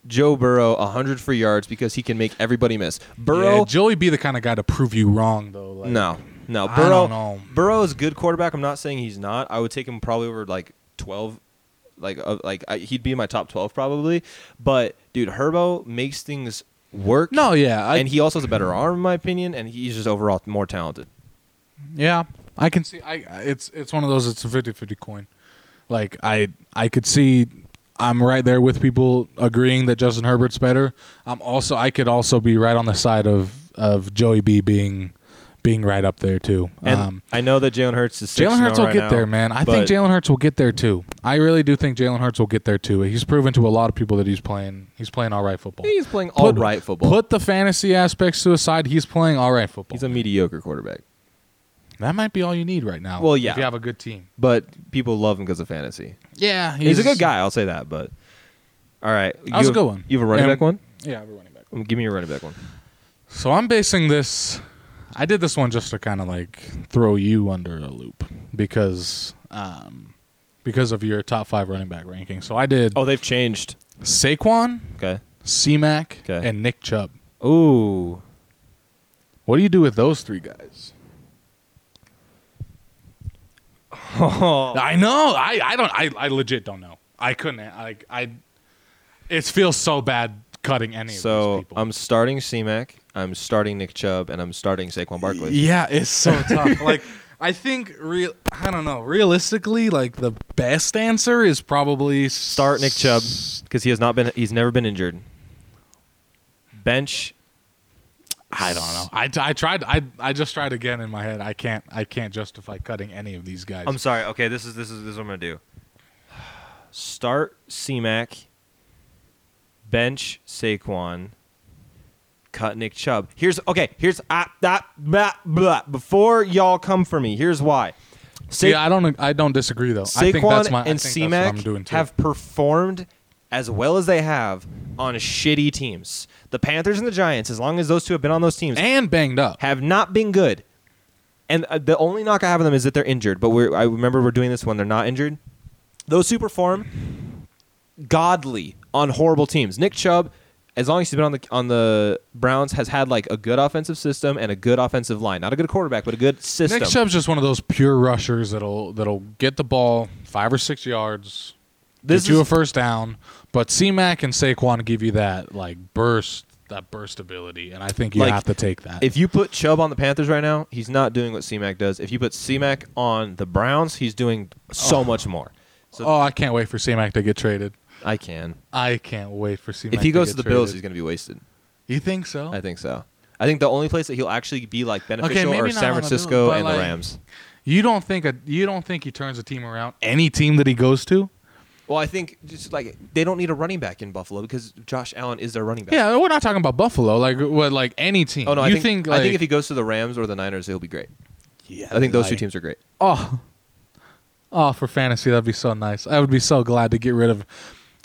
Joe Burrow 100 free yards because he can make everybody miss. Burrow. yeah, Joey be the kind of guy to prove you wrong though. Like, no, no. I Burrow. don't know. Burrow is a good quarterback. I'm not saying he's not. I would take him probably over like 12. Like, uh, like I, he'd be in my top 12 probably. But dude, Herbo makes things work. no, yeah, I, and he also has a better arm, in my opinion, and he's just overall more talented. yeah, I can see. I I- it's it's one of those. It's a 50-50 coin. Like I I could see. I'm right there with people agreeing that Justin Herbert's better. I'm also I could also be right on the side of of Joey B being being right up there too. And I know that Jalen Hurts is Um, Jalen Hurts will right get now, there, man. I but- think Jalen Hurts will get there too. I really do think Jalen Hurts will get there too. He's proven to a lot of people that he's playing. He's playing all right football. He's playing all Put- right football. Put the fantasy aspects to aside. He's playing all right football. he's a mediocre quarterback, that might be all you need right now. Well, yeah. If you have a good team. but people love him because of fantasy. Yeah, He's, a good guy, I'll say that. But all right, you was a have- good one. You have a running And- back one? Yeah, we're running back. Um, Give me your running back one. So I'm basing this. I did this one just to kind of like throw you under a loop because um, because of your top five running back ranking. So I did Oh, they've changed. Saquon, Okay. C Mac, Okay. and Nick Chubb. Ooh, What do you do with those three guys? I know. I, I don't. I, I legit don't know. I couldn't. I I. It feels so bad cutting any of these so people. I'm starting C-Mac, I'm starting Nick Chubb, and I'm starting Saquon Barkley. yeah, it's so tough. like I think real. I don't know. Realistically, like the best answer is probably Start Nick Chubb because he has not been. He's never been injured. Bench. I don't know. I, I tried. I I just tried again in my head. I can't. I can't justify cutting any of these guys. Um, I'm sorry. Okay, this is this is this is what I'm gonna do. Start C-Mac. Bench Saquon. Cut Nick Chubb. Here's okay. Here's ah, that blah, blah. Before y'all come for me, here's why. Sa- yeah, I don't. I don't disagree though. I think that's Saquon my. and I think that's what I'm doing C-Mac too. have performed as well as they have on shitty teams. The Panthers and the Giants, as long as those two have been on those teams, and banged up. have not been good. And uh, the only knock I have on them is that they're injured. But we're, I remember we're doing this when they're not injured. Those two perform godly on horrible teams. Nick Chubb, as long as he's been on the on the Browns, has had like a good offensive system and a good offensive line. Not a good quarterback, but a good system. Nick Chubb's just one of those pure rushers that'll that'll get the ball five or six yards, This get you is- a first down. But C Mac and Saquon give you that like burst, that burst ability, and I think you Like, have to take that. If you put Chubb on the Panthers right now, he's not doing what C-Mac does. If you put C-Mac on the Browns, he's doing so much more. So oh, I can't wait for C Mac to get traded. I can. I can't wait for C Mac. If he goes to the Bills, he's going to be wasted. You think so? I think so. I think the only place that he'll actually be like beneficial maybe are not San on the Bills, Francisco but, and the like- Rams. you don't think a, you don't think he turns a team around? Any team that he goes to? Well, I think just like they don't need a running back in Buffalo because Josh Allen is their running back. Yeah, we're not talking about Buffalo. Like what? Like any team? Oh no, you I think, like, I think if he goes to the Rams or the Niners, he'll be great. yeah, I think those two like- teams are great. Oh, oh, for fantasy, that'd be so nice. I would be so glad to get rid of.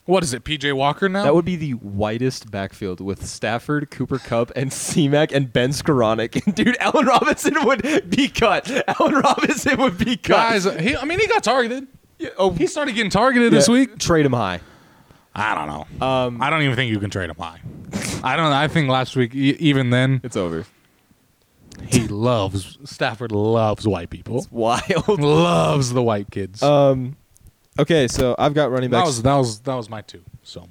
What is it, PJ Walker now? That would be the widest backfield with Stafford, Cooper Cup, and C-Mac and Ben Skoranek. And dude, Allen Robinson would be cut. Allen Robinson would be cut. guys. He, I mean, he got targeted. oh, He started getting targeted this week. Trade him high. I don't know. Um, I don't even think you can trade him high. I don't. I think last week, e- even then, It's over. he loves Stafford. Loves white people. Wild. Loves the white kids. Um, okay, so I've got running that backs. was that was that was my two. So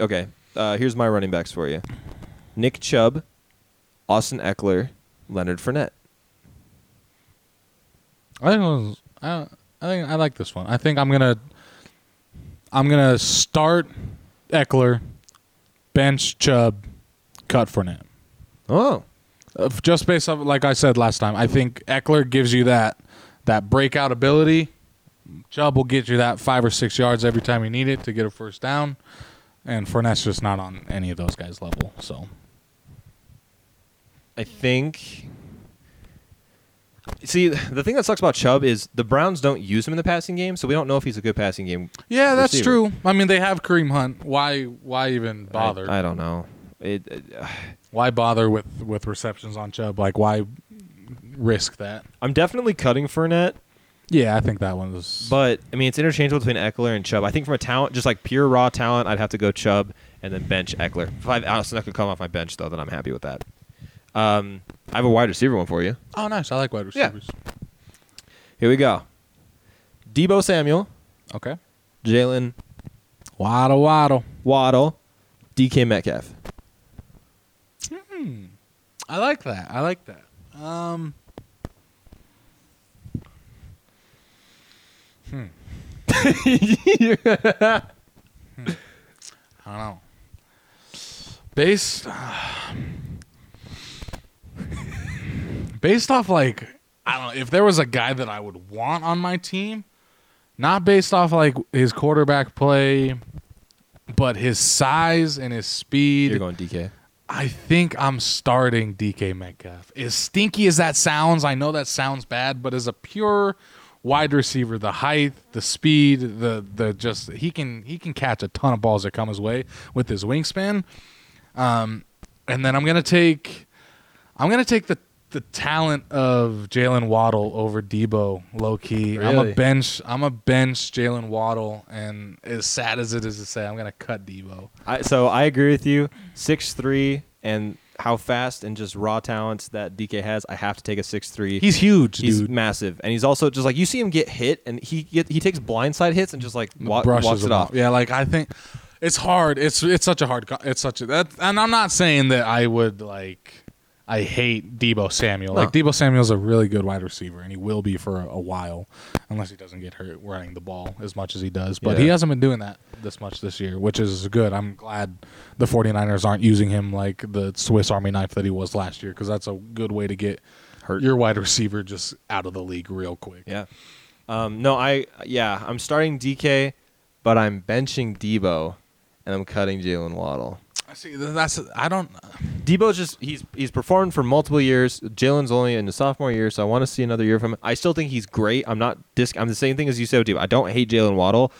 okay, uh, here's my running backs for you: Nick Chubb, Austin Eckler, Leonard Fournette. I think it was, I, I think I like this one. I think I'm gonna I'm gonna start Eckler, bench Chubb, cut Fournette. Oh, Uh, just based off, like I said last time, I think Eckler gives you that that breakout ability. Chubb will get you that five or six yards every time you need it to get a first down, and Fournette's just not on any of those guys' level. So I think See, the thing that sucks about Chubb is the Browns don't use him in the passing game, so we don't know if he's a good passing game. Yeah, that's receiver. true. I mean, they have Kareem Hunt. Why? Why even bother? I, I don't know. It, uh, why bother with with receptions on Chubb? Like, why risk that? I'm definitely cutting Fournette, Yeah, I think that one was. but I mean it's interchangeable between Eckler and Chubb. I think from a talent, just like pure raw talent, I'd have to go Chubb and then bench Eckler. If I honestly could come off my bench though, then I'm happy with that. Um, I have a wide receiver one for you. oh, nice. I like wide Yeah. receivers. Here we go. Debo Samuel, Okay. Jalen Waddle, waddle. Waddle, DK Metcalf. I like that. I like that. Um. Hmm. I don't know. Based based off like I don't know if there was a guy that I would want on my team, not based off like his quarterback play, but his size and his speed. You're going DK. I think I'm starting DK Metcalf. As stinky as that sounds, I know that sounds bad, but as a pure wide receiver, the height, the speed, the the just he can he can catch a ton of balls that come his way with his wingspan. Um, and then I'm gonna take I'm gonna take the the talent of Jalen Waddle over Debo low key. I'm Really? a bench I'm a bench Jalen Waddle, and as sad as it is to say, I'm gonna cut Debo. I, so I agree with you. Six three and how fast and just raw talents that DK has. I have to take a six three. He's huge, he's dude. massive, and he's also just like you see him get hit, and he get, he takes blindside hits and just like wa- brushes walks it them off. Yeah, like I think it's hard. It's it's such a hard. co- It's such a that. And I'm not saying that I would like. I hate Debo Samuel. No. Like Debo Samuel's a really good wide receiver, and he will be for a, a while, unless he doesn't get hurt running the ball as much as he does. But he Yeah. hasn't been doing that this much this year, which is good. I'm glad the 49ers aren't using him like the Swiss Army knife that he was last year, because that's a good way to get Hurt. your wide receiver just out of the league real quick. Yeah. Um, no, I yeah, I'm starting DK, but I'm benching Debo, and I'm cutting Jalen Waddle. I see. That's I don't. Debo's just he's he's performed for multiple years. Jalen's only in the sophomore year, so I want to see another year from him. I still think he's great. I'm not disc. I'm the same thing as you said with Debo. I don't hate Jalen Waddle.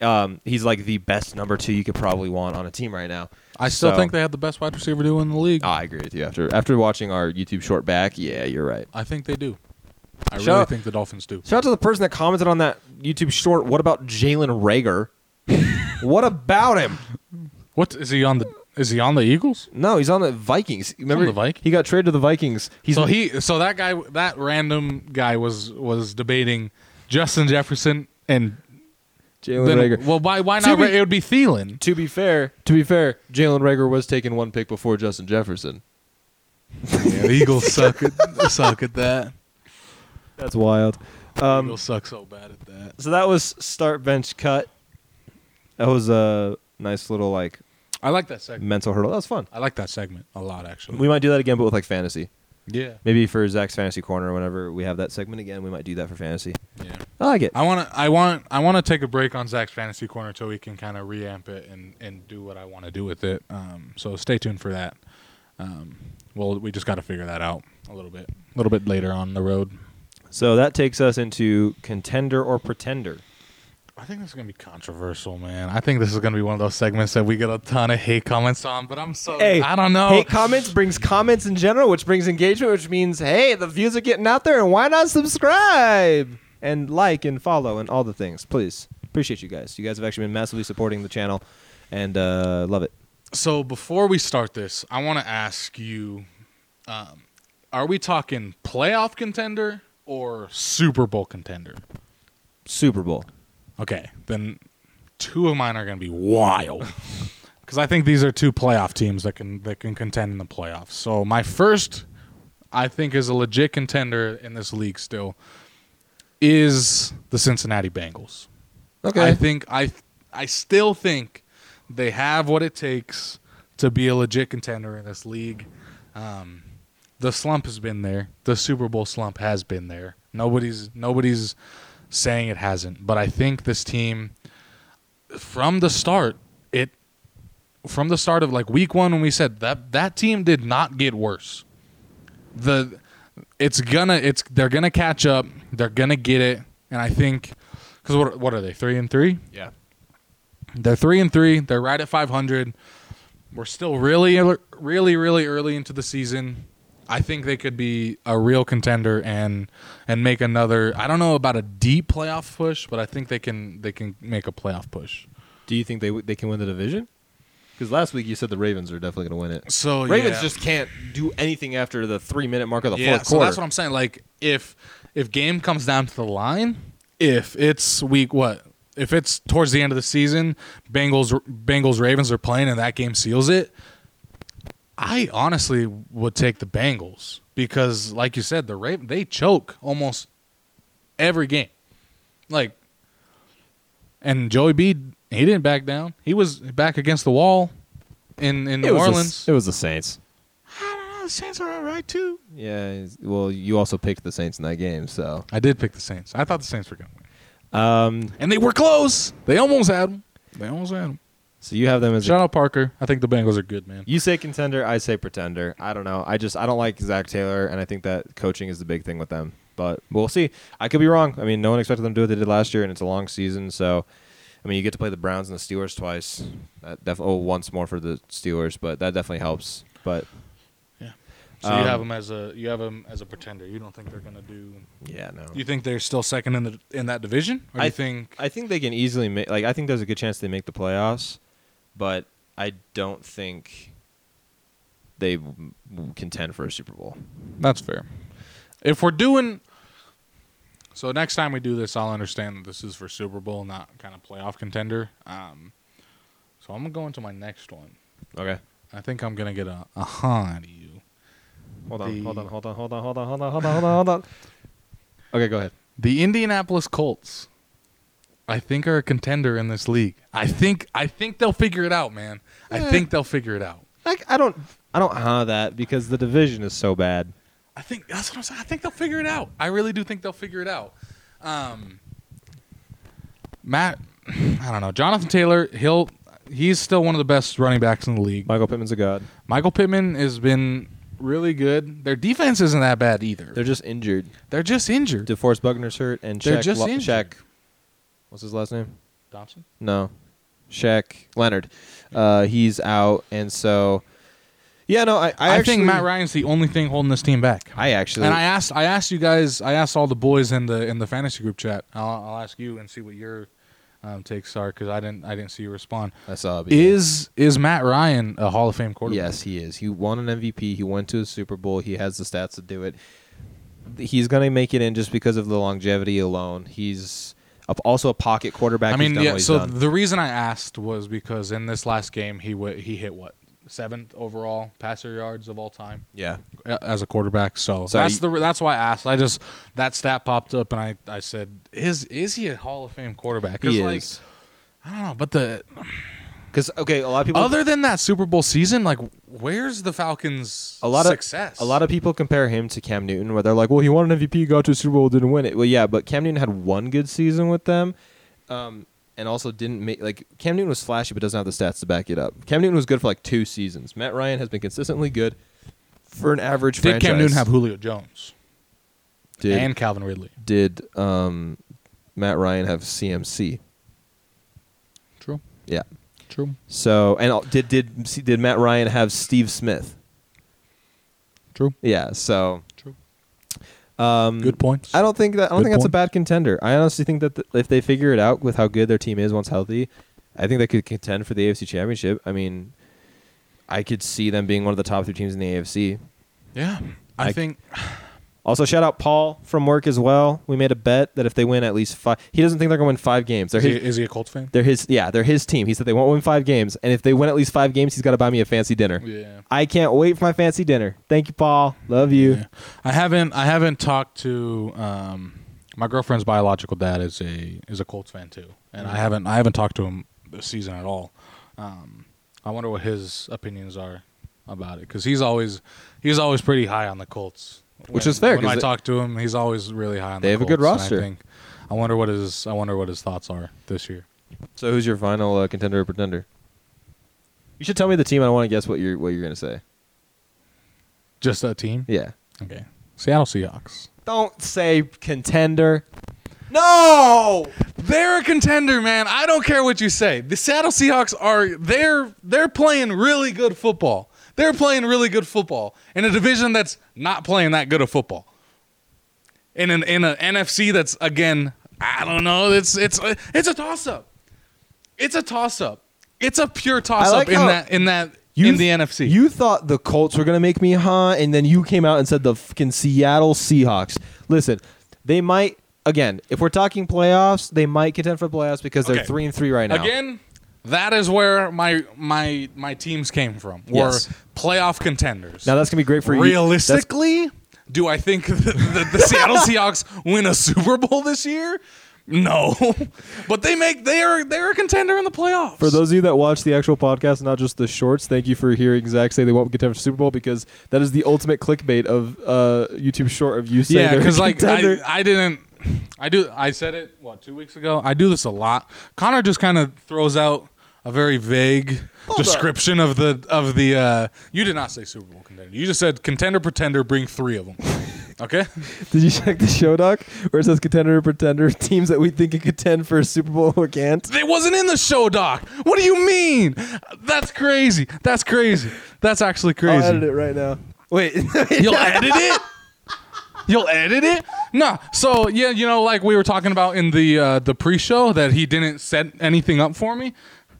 Um, he's like the best number two you could probably want on a team right now. I still So- think they have the best wide receiver duo in the league. Oh, I agree with you after after watching our YouTube short back. Yeah, you're right. I think they do. I Shout- really think the Dolphins do. Shout out to the person that commented on that YouTube short. What about Jalen Rager? what about him? What is he on the? Is he on the Eagles? No, he's on the Vikings. Remember the Vikings? He got traded to the Vikings. He's so he, so that guy, that random guy was was debating Justin Jefferson and Jalen then, Rager. well, why why To not? be- Ra- it would be Thielen. to be fair, to be fair, Jalen Rager was taken one pick before Justin Jefferson. Yeah, the Eagles suck at suck at that. That's wild. Um, Eagles suck so bad at that. So that was start bench cut. That was a nice little like I like that segment. mental hurdle. That was fun. I like that segment a lot actually. We might do that again, but with like fantasy. yeah, Maybe for Zach's fantasy corner, whenever we have that segment again, we might do that for fantasy. yeah. I like it. I want to. I want. I want to take a break on Zach's fantasy corner till we can kind of reamp it and and do what I want to do with it. Um, so stay tuned for that. Um, well, we just got to figure that out a little bit, a little bit later on the road. So that takes us into contender or pretender. I think this is gonna be controversial, man. I think this is gonna be one of those segments that we get a ton of hate comments on. But I'm so. Hey, I don't know. Hate comments brings comments in general, which brings engagement, which means hey, the views are getting out there, and why not subscribe and like and follow and all the things, please. Appreciate you guys. You guys have actually been massively supporting the channel, and uh, love it. So before we start this, I want to ask you: um, Are we talking playoff contender or Super Bowl contender? Super Bowl. Okay, then two of mine are going to be wild because I think these are two playoff teams that can that can contend in the playoffs. So my first, I think, is a legit contender in this league still, is the Cincinnati Bengals. I think I I still think they have what it takes to be a legit contender in this league. Um, the slump has been there. The Super Bowl slump has been there. Nobody's nobody's saying it hasn't, but I think this team from the start it from the start of like week 1 when we said that that team did not get worse. The it's gonna it's they're gonna catch up. They're gonna get it, and I think because what what are they three and three? Yeah. They're three and three. They're right at 500. We're still really, ear- really, really early into the season. I think they could be a real contender and and make another. I don't know about a deep playoff push, but I think they can they can make a playoff push. Do you think they w- they can win the division? Because last week you said the Ravens are definitely going to win it. So Oh, Ravens yeah. just can't do anything after the three minute mark of the yeah. fourth So quarter. that's what I'm saying. Like if if game comes down to the line, if it's week what. If it's towards the end of the season, Bengals Bengals Ravens are playing and that game seals it, I honestly would take the Bengals because, like you said, the Raven they choke almost every game. Like, and Joey B, he didn't back down. He was back against the wall in in New Orleans. it was the Saints. Ah, the Saints are all right too. Yeah. Well, you also picked the Saints in that game, so I did pick the Saints. I thought the Saints were going to win, um, and they were close. They almost had them. They almost had them. so you have them as a Shout out Parker. I think the Bengals are good, man. You say contender, I say pretender. I don't know. I just I don't like Zach Taylor, and I think that coaching is the big thing with them. But we'll see. I could be wrong. I mean, no one expected them to do what they did last year, and it's a long season. So, I mean, you get to play the Browns and the Steelers twice. That def- oh, once more for the Steelers, but that definitely helps. But So you Um, have them as a you have them as a pretender. You don't think they're going to do. yeah, no. You think they're still second in the in that division? Or do I you think I think they can easily make. Like, I think there's a good chance they make the playoffs, but I don't think they w- w- contend for a Super Bowl. That's fair. If we're doing so next time we do this, I'll understand that this is for Super Bowl, not kind of playoff contender. Um, so I'm gonna go into my next one. Okay. I think I'm gonna get a a huh to you. Hold The- on, hold on, hold on, hold on, hold on, hold on, hold on, hold on, hold on. Okay, go ahead. The Indianapolis Colts, I think, are a contender in this league. I think I think they'll figure it out, man. I Eh. think they'll figure it out. Like I don't, I don't huh that because the division is so bad. I think that's what I'm saying. I think they'll figure it out. I really do think they'll figure it out. Um, Matt, I don't know. Jonathan Taylor, he'll he's still one of the best running backs in the league. Michael Pittman's a god. Michael Pittman has been really good. Their defense isn't that bad either. They're They're, just injured. just injured. DeForest Buckner's hurt, and They're Shaq. just Lo- injured. Shaq. What's his last name? Thompson. No, Shaq Leonard. Uh, he's out, and so yeah, no, I, I, I, actually, think Matt Ryan's the only thing holding this team back. I actually, and I asked, I asked you guys, I asked all the boys in the in the fantasy group chat. I'll, I'll ask you and see what your um, takes are because I didn't, I didn't see you respond. I saw it, yeah. Is is Matt Ryan a Hall of Fame quarterback? Yes, he is. He won an MVP. He went to a Super Bowl. He has the stats to do it. He's going to make it in just because of the longevity alone. He's a, also a pocket quarterback. I mean, he's done yeah. what he's So done. the reason I asked was because in this last game, he w- he hit what seventh overall passer yards of all time yeah. uh, as a quarterback. So, So that's you- the re- that's why I asked. I just that stat popped up and I I said, is is he a Hall of Fame quarterback? 'Cause, He like, is. I don't know, but the Because, okay, a lot of people. other than that Super Bowl season, like where's the Falcons' a lot success? of a lot of people compare him to Cam Newton, where they're like, "Well, he won an MVP, got to a Super Bowl, didn't win it." Well, yeah, but Cam Newton had one good season with them, um, and also didn't make like Cam Newton was flashy, but doesn't have the stats to back it up. Cam Newton was good for like two seasons. Matt Ryan has been consistently good for an average. did franchise. Cam Newton have Julio Jones Did- and Calvin Ridley? did um, Matt Ryan have CMC? True, Yeah. true, So and al- did did did Matt Ryan have Steve Smith? true, Yeah. So true. um, Good points. I don't think that I don't Good think that's a point. bad contender. I honestly think that th- if they figure it out with how good their team is once healthy, I think they could contend for the AFC Championship. I mean, I could see them being one of the top three teams in the AFC. Yeah, I, I- think Also, shout out Paul from work as well. We made a bet that if they win at least five, he doesn't think they're going to win five games. They're is he, his- is he a Colts fan? They're his, yeah, they're his team. He said they won't win five games, and if they win at least five games, he's got to buy me a fancy dinner. Yeah. I can't wait for my fancy dinner. Thank you, Paul. Love you. Yeah. I haven't I haven't talked to um, my girlfriend's biological dad is a is a Colts fan too, and Mm. I haven't I haven't talked to him this season at all. Um, I wonder what his opinions are about it because he's always he's always pretty high on the Colts, Which When- is fair, When 'cause I they- talk to him, he's always really high on. They the have a good Colts, and roster. I, think, I wonder what his I wonder what his thoughts are this year. So, who's your final uh, contender or pretender? You should tell me the team. and I want to guess what you're what you're gonna say. Just a team. Yeah. Okay. Seattle Seahawks. Don't say contender. Oh. No, they're a contender, man. I don't care what you say. The Seattle Seahawks are they're they're playing really good football. They're playing really good football in a division that's not playing that good of football. In an in an NFC that's again, I don't know. It's it's a- it's a toss up. It's a toss up. It's a pure toss up like in how that in that in the NFC. You thought the Colts were going to make me huh, and then you came out and said the fucking Seattle Seahawks. Listen, they might again. If we're talking playoffs, they might contend for playoffs because they're Okay. three and three right now. Again, that is where my my my teams came from. Were Yes. playoff contenders. now that's gonna be great for you. That's- realistically, do I think the, the, the Seattle Seahawks win a Super Bowl this year? No, but they make they are they're a contender in the playoffs. For those of you that watch the actual podcast, not just the shorts, thank you for hearing Zach say they won't contend for Super Bowl because that is the ultimate clickbait of uh, YouTube short of you saying yeah, they're a because like contender. I, I didn't I do I said it what two weeks ago. I do this a lot. Connor just kind of throws out a very vague description of the of the. Uh, you did not say Super Bowl contender. You just said contender pretender. Bring three of them. Okay. Did you check the show doc where it says contender or pretender teams that we think can contend for a Super Bowl or can't? It wasn't in the show doc. What do you mean? That's crazy. That's crazy. That's actually crazy. I'll edit it right now. Wait, You'll edit it? You'll edit it? Nah. So yeah, you know, like we were talking about in the uh, the pre-show that he didn't set anything up for me.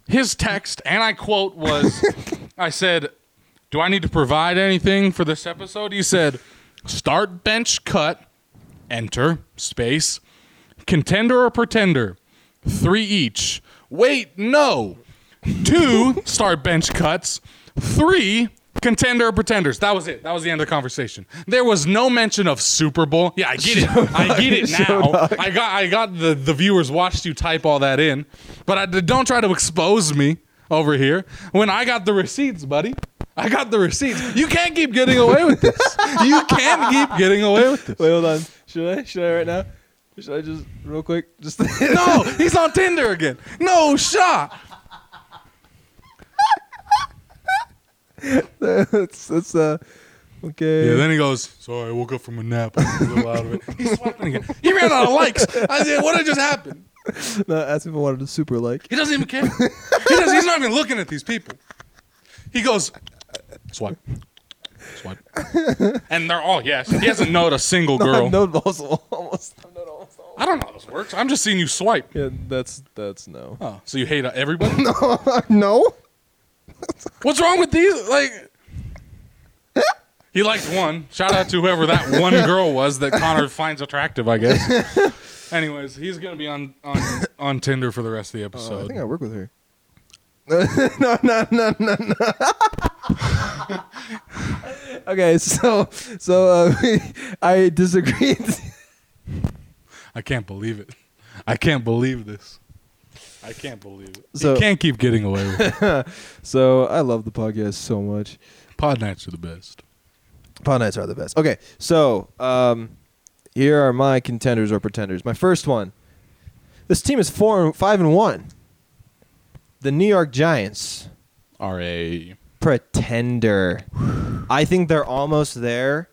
His text, and I quote, was, "I said, do I need to provide anything for this episode?" He said, "Start bench cut, enter space, contender or pretender, three each. Wait, no, two start bench cuts, three contender or pretenders. That was it. That was the end of the conversation. There was no mention of Super Bowl. Yeah, I get it. I get it now. I got I got the the viewers watched you type all that in, but I, don't try to expose me over here when I got the receipts, buddy. I got the receipts. You can't keep getting away with this. You can't keep getting away with this. wait, hold on. Should I? Should I right now? Should I just real quick? Just No, he's on Tinder again. No shot. it's it's uh okay. Yeah, then he goes, Sorry, I woke up from a nap. I'm a little out of it. He's sweating again. He ran out of likes. I said, What did just happen? no, ask me if I wanted a super like. He doesn't even care. He doesn't, he's not even looking at these people. He goes, Swipe. Swipe. And they're all, yes. He hasn't known a single girl. No, no, also, almost. no, no, also. I don't know how this works. I'm just seeing you swipe. Yeah, that's that's no. Oh, so you hate everybody? No. What's wrong with these? Like, he liked one. Shout out to whoever that one girl was that Connor finds attractive, I guess. Anyways, he's gonna be on on, on Tinder for the rest of the Oh, I episode. think I work with her. no, no, no, no, no. okay, so so uh, I disagreed. I, can't believe it. I can't believe this. I can't believe it. So- you can't keep getting away with it. so I love the podcast so much. Pod nights are the best. Pod nights are the best. Okay, so um, here are my contenders or pretenders. My first one. This team is four, five, and one. The New York Giants. Are a pretender. I think they're almost there.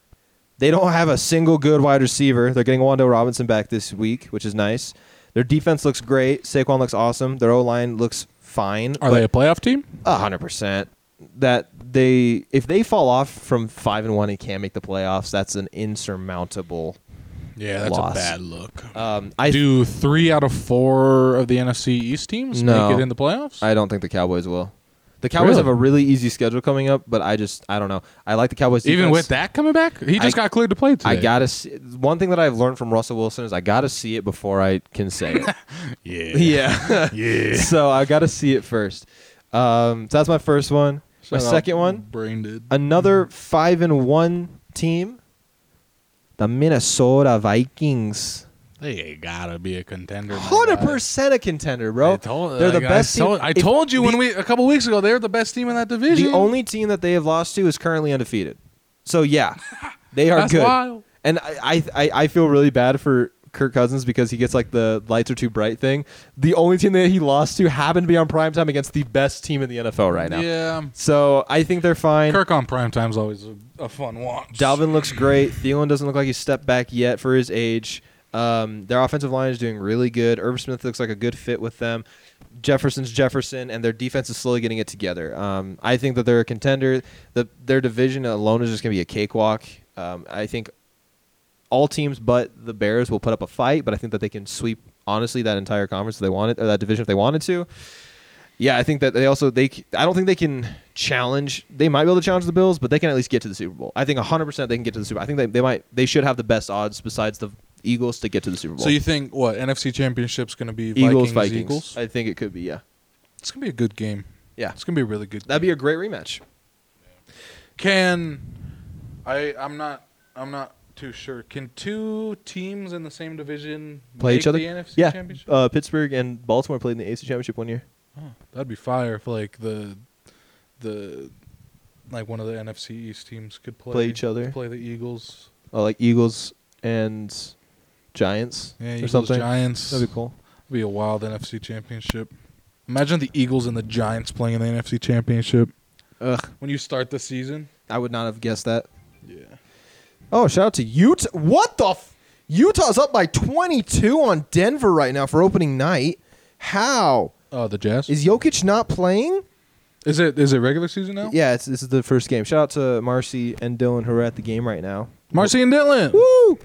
They don't have a single good wide receiver. They're getting Wando Robinson back this week, which is nice. Their defense looks great. Saquon looks awesome. Their O line looks fine. are they a playoff team? hundred percent? That they if they fall off from five and one and can't make the playoffs, that's an insurmountable. Yeah, that's Loss. a bad look. Um, I Do three out of four of the NFC East teams No. make it in the playoffs? I don't think the Cowboys will. The Cowboys Really? have a really easy schedule coming up, but I just I don't know. I like the Cowboys. Even defense. with that coming back, he just I- got cleared to play today. I gotta see. One thing that I've learned from Russell Wilson is I gotta see it before I can say it. Yeah. yeah. Yeah. so I gotta see it first. Um, so that's my first one. my Shout out second one, Brain did. another five and one team, the Minnesota Vikings. They gotta be a contender. my Hundred guy. percent a contender, I bro. told- They're the like, best I told, team. I If told you the, when we a couple weeks ago they were the best team in that division. the only team that they have lost to is currently undefeated. So yeah, they are That's good. wild. And I, I, I I feel really bad for Kirk Cousins because he gets like the lights are too bright thing. The only team that he lost to happened to be on primetime against the best team in the NFL right now. Yeah. So I think they're fine. Kirk on primetime's always a, a fun watch. Dalvin looks great. Thielen doesn't look like he's stepped back yet for his age. Um, their offensive line is doing really good. Irv Smith looks like a good fit with them. Jefferson's Jefferson, and their defense is slowly getting it together. Um, I think that they're a contender. The, their division alone is just going to be a cakewalk. Um, I think all teams but the Bears will put up a fight, but I think that they can sweep honestly that entire conference if they wanted or that division if they wanted to. Yeah, I think that they also they c- I don't think they can challenge. They might be able to challenge the Bills, but they can at least get to the Super Bowl. I think 100% they can get to the Super. I think they, they might they should have the best odds besides the Eagles to get to the Super Bowl. So you think what NFC Championship's going to be Vikings, Eagles Vikings. Eagles? I think it could be yeah. It's going to be a good game. Yeah. It's going to be a really good. That'd game. be a great rematch. can I I'm not I'm not too sure. Can two teams in the same division Play make each other. The NFC yeah. Championship? Uh, Pittsburgh and Baltimore played in the AFC Championship one year. That'd be fire if like the the like one of the NFC East teams could play, Play each other. Play the Eagles. Uh, like Eagles and Giants Yeah, or Eagles something. Giants. That'd be cool. Be a wild NFC Championship. Imagine the Eagles and the Giants playing in the NFC Championship Ugh, when you start the season. I would not have guessed that. Yeah. Oh, shout out to Utah. What the? F- Utah's up by 22 on Denver right now for opening night. How Oh, the Jazz. Is, is Jokic not playing? it is it regular season now? Yeah, it's, this is the first game. Shout out to Marcy and Dylan who are at the game right now. Marcy and Dylan. Woo!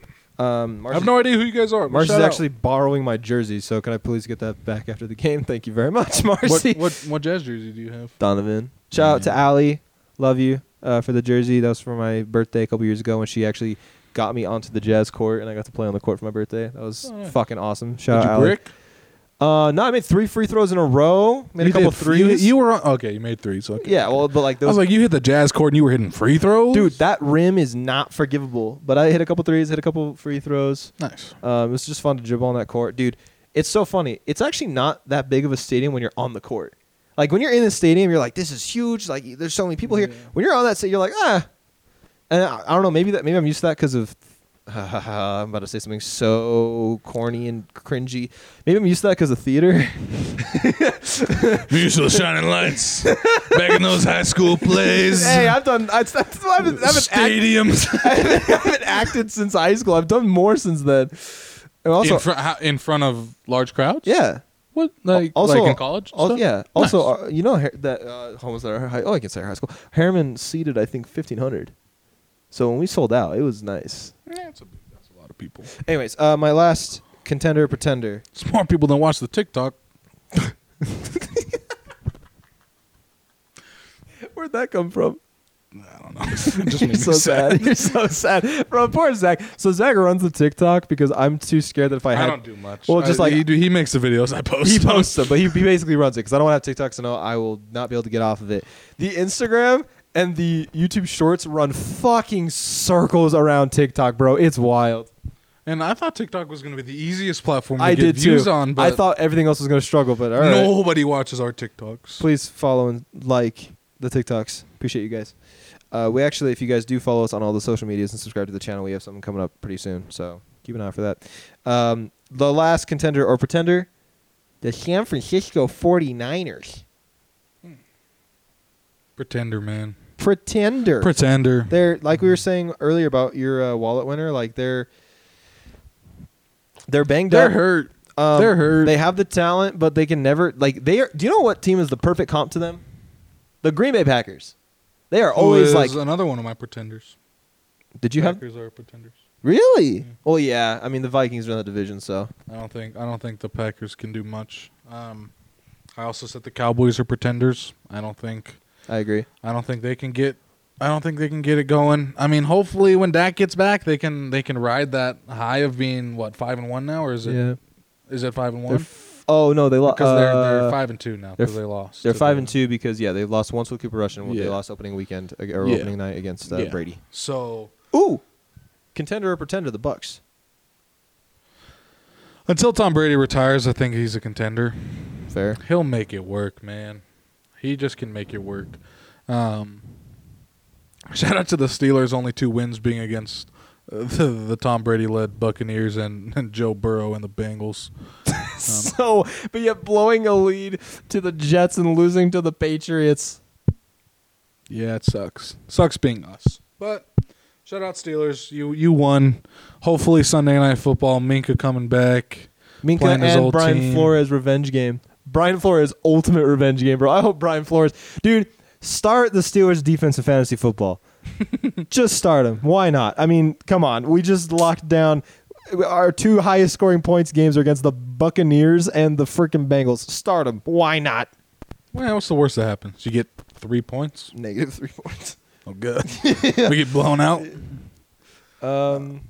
Um, I Marcy, have no idea who you guys are. but Marcy's shout out. actually borrowing my jersey, so can I please get that back after the game? Thank you very much, What, Marcy. what what jazz jersey do you have? Donovan. Shout out Mm-hmm. to Allie. Love you uh, for the jersey. That was for my birthday a couple years ago when she actually got me onto the jazz court and I got to play on the court for my birthday. That was Oh, nice. fucking awesome. Did Shout you out Allie. brick? Uh, no, I made three free throws in a row. Made a couple did- threes. You, you were on, okay. You made threes. Okay. yeah, well, but like I those. was like, you hit the jazz court and you were hitting free throws, dude, that rim is not forgivable. But I hit a couple threes, hit a couple free throws. nice. Um, it was just fun to dribble on that court, dude. It's so funny. It's actually not that big of a stadium when you're on the court. Like when you're in the stadium, you're like, this is huge. Like there's so many people here. When you're on that stadium, you're like, ah. And I, I don't know. Maybe that. Maybe I'm used to that because of. I'm about to say something so corny and cringy. Maybe I'm used to that because of theater. Mutual shining lights back in those high school plays, hey, I've done. I, that's, I haven't, I haven't, act, stadiums I haven't acted since high school. I've done more since then. And also, in, fr- how- in front of large crowds. yeah. What like also like in college? and al- stuff? yeah. Also, uh, you know Har- that uh, homeless that are high. Oh, I can say high school. Harriman seated, I think, fifteen hundred. So when we sold out, it was nice. yeah, it's a, that's a lot of people. Anyways, uh, my last contender pretender. Smart people don't watch the TikTok. Where'd that come from? I don't know. It just You're made so me sad. sad. You're so sad. Bro, poor Zach. So Zach runs the TikTok because I'm too scared that if I, I had, don't do much. Well, just I- like- he, do- he makes the videos I post. he posts them, but he, he basically runs it because I don't want to have TikTok, so no, I will not be able to get off of it. The Instagram and the YouTube Shorts run fucking circles around TikTok, bro. It's wild. And I thought TikTok was going to be the easiest platform to I get did views too. on, but I thought everything else was gonna struggle, but all right. nobody watches our TikToks. Please follow and like the TikToks. Appreciate you guys. Uh, we actually, if you guys do follow us on all the social medias and subscribe to the channel, we have something coming up pretty soon. So keep an eye out for that. Um, the last contender or pretender, the San Francisco 49ers. Pretender, man. Pretender. Pretender. they're like we were saying earlier about your uh, wallet winner. Like they're they're banged They're up. hurt. Um, They're hurt. They have the talent, but they can never like they. Are, do you know what team is the perfect comp to them? The Green Bay Packers. They are Who always is like. another one of my pretenders. Did you have Packers are pretenders. really? Well, yeah. I mean, the Vikings are in the division, so I don't think I don't think the Packers can do much. Um, I also said the Cowboys are pretenders. I don't think I agree. I don't think they can get I don't think they can get it going. I mean, hopefully when Dak gets back, they can they can ride that high of being what five and one now, or is it is it five and They're one? f- oh no, they lost. because they're they're five and two now they're because they lost. They're to five the- and two because yeah, they lost once with Cooper Rush and Yeah. they lost opening weekend ag- or Yeah. opening night against uh, Yeah. Brady. So Ooh, contender or pretender? The Bucks. until Tom Brady retires, I think he's a contender. Fair. He'll make it work, man. He just can make it work. Um, shout out to the Steelers, only two wins being against the, the Tom Brady led Buccaneers and, and Joe Burrow and the Bengals. Um, so, but yet blowing a lead to the Jets and losing to the Patriots. Yeah, it sucks. Sucks being us. But shout out Steelers. You you won. Hopefully Sunday night football. Minka coming back. Minka Playing his and old Brian team. Flores revenge game. Brian Flores ultimate revenge game, bro. I hope Brian Flores, dude, start the Steelers defense in fantasy football. just start him. Why not? I mean, come on. We just locked down our two highest scoring points games are against the Buccaneers and the freaking Bengals. Start him. Why not? Well, what's the worst that happens? You get three points. Negative three points. Oh, good. we get blown out. Um,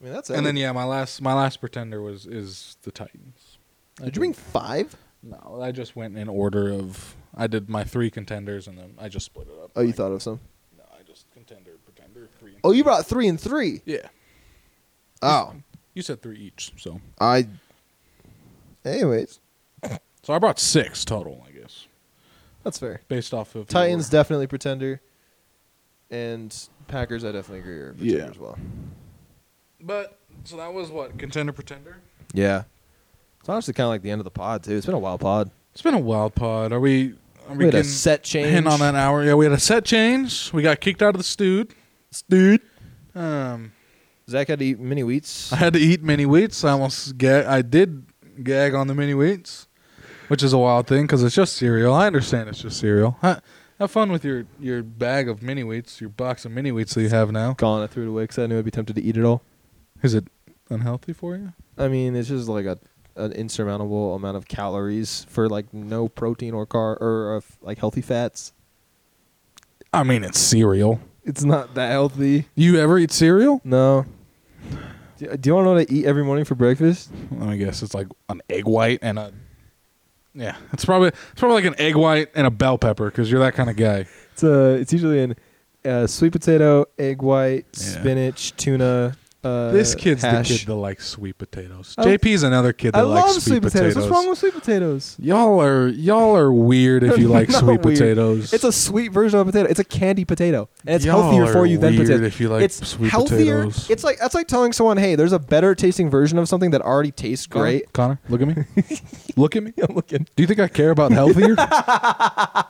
I mean that's. And then yeah, my last my last pretender was is the Titans. did you bring five? No, I just went in order of I did my three contenders and then I just split it up. Oh, you Like, thought of some. No, I just contender pretender three. And Oh, you brought three and three. yeah. Oh, You said three each, so I. Anyways, so I brought six total, I guess, that's fair. based off of Titans your- definitely pretender, and Packers I definitely agree are pretender Yeah. as well. But so that was what contender pretender. Yeah. It's honestly kind of like the end of the pod, too. It's been a wild pod. It's been a wild pod. Are we? Are We had a set change. In on an hour. Yeah, we had a set change. We got kicked out of the stewed. Dude. Um, Zach had to eat mini wheats. I had to eat mini wheats. I almost gag. I did gag on the mini wheats, which is a wild thing because it's just cereal. I understand it's just cereal. Ha- have fun with your your bag of mini wheats, your box of mini wheats that you have now. Colin, I threw it away because I knew I'd be tempted to eat it all. Is it unhealthy for you? I mean, it's just like a an insurmountable amount of calories for like no protein or car or uh, f- like healthy fats. I mean, it's cereal. It's not that healthy. You ever eat cereal? No. Do do you want to know what I eat every morning for breakfast? I guess it's like an egg white and a yeah. It's probably it's probably like an egg white and a bell pepper because you're that kind of guy. It's uh, it's usually an uh, sweet potato, egg white, Yeah. spinach, tuna. Uh, this kid's hash. the kid that likes sweet potatoes. I- JP's another kid that I likes love sweet, sweet potatoes. potatoes. What's wrong with sweet potatoes? y'all are y'all are weird if you like Not sweet weird. potatoes. It's a sweet version of a potato. It's a candy potato, and it's Y'all healthier for are you than weird potato. if you like it's sweet healthier. potatoes. It's like that's like telling someone, "Hey, there's a better tasting version of something that already tastes Connor, great." Connor, look at me. look at me. I'm looking. Do you think I care about healthier?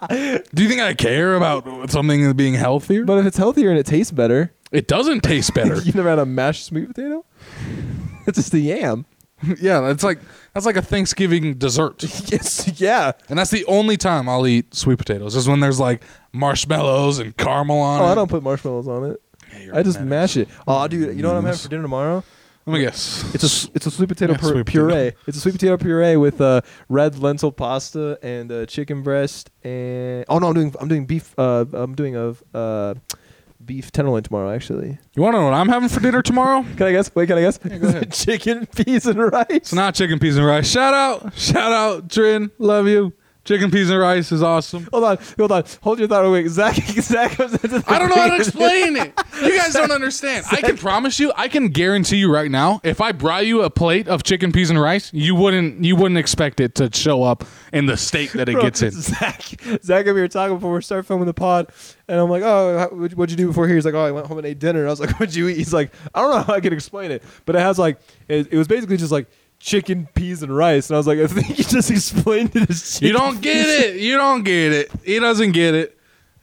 Do you think I care about something being healthier? But if it's healthier and it tastes better, it doesn't taste better. you never had a mashed sweet potato. It's just a yam. yeah, that's like that's like a Thanksgiving dessert. Yes, yeah. And that's the only time I'll eat sweet potatoes is when there's like marshmallows and caramel on Oh, it. I don't put marshmallows on it. Yeah, you're I just mad. mash it. Oh, dude, you know what I'm having Menace. for dinner tomorrow? Let me guess. It's a s- it's a sweet potato Yeah, pur- sweet potato. puree. It's a sweet potato puree with uh, red lentil pasta and uh, chicken breast and oh no, I'm doing I'm doing beef. Uh, I'm doing a uh, beef tenderloin tomorrow. Actually, You want to know what I'm having for dinner tomorrow? can I guess? Wait, can I guess? go ahead. chicken, peas, and rice. It's not chicken peas and rice. Shout out, shout out, Trin, love you. Chicken peas and rice is awesome. Hold on, hold on, hold your thought. Oh, Wait, Zach, Zach comes into the I don't know how to explain it. You guys don't understand. I can promise you, I can guarantee you right now, if I brought you a plate of chicken peas and rice, you wouldn't you wouldn't expect it to show up in the state that it Bro, gets in. Zach, Zach, over here talking before we start filming the pod, and I'm like, "Oh, how- what'd what'd you do before here?" He's like, "Oh, I went home and ate dinner." And I was like, "What'd you eat?" He's like, "I don't know how I can explain it, but it has like, it, it was basically just like chicken, peas, and rice." And I was like, "I think you just explained it as chicken." You don't get it. You don't get it. He doesn't get it.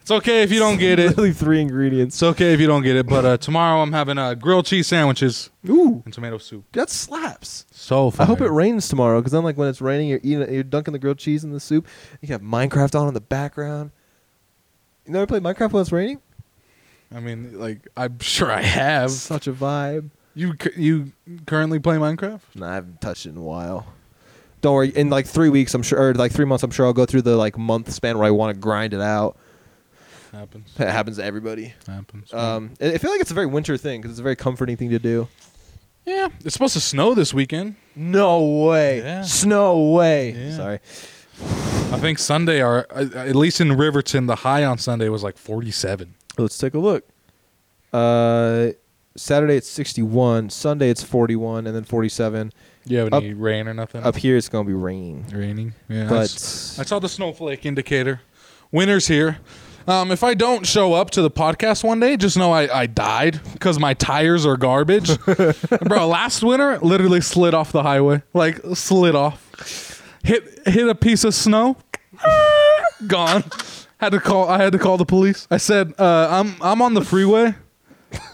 It's okay if you don't get it. Literally three ingredients. It's okay if you don't get it, but uh, tomorrow I'm having uh, grilled cheese sandwiches Ooh, and tomato soup. that slaps. So fire. I hope it rains tomorrow because then, like, when it's raining, you're eating, you're dunking the grilled cheese in the soup. You have Minecraft on in the background. You never played Minecraft when it's raining? I mean, like I'm sure I have. Such a vibe. You cu- you currently play Minecraft? Nah, I haven't touched it in a while. Don't worry. In like three weeks, I'm sure, or like three months, I'm sure I'll go through the like month span where I want to grind it out. Happens. Uh, It happens to everybody. Happens. Um, I I feel like it's a very winter thing because it's a very comforting thing to do. yeah, it's supposed to snow this weekend. No way. Yeah. Snow way. Yeah. Sorry. I think Sunday, or uh, at least in Riverton, the high on Sunday was like 47. Let's take a look. Uh, Saturday it's 61. Sunday it's 41, and then 47. You have Up- any rain or nothing? Up here it's gonna be rain. Raining. Yeah. I But- s- I saw the snowflake indicator. Winter's here. Um, if I don't show up to the podcast one day, just know I, I died because my tires are garbage. Bro, last winter, literally slid off the highway. Like, slid off. Hit, hit a piece of snow. Gone. Had to call. I had to call the police. I said, uh, "I'm I'm on the freeway,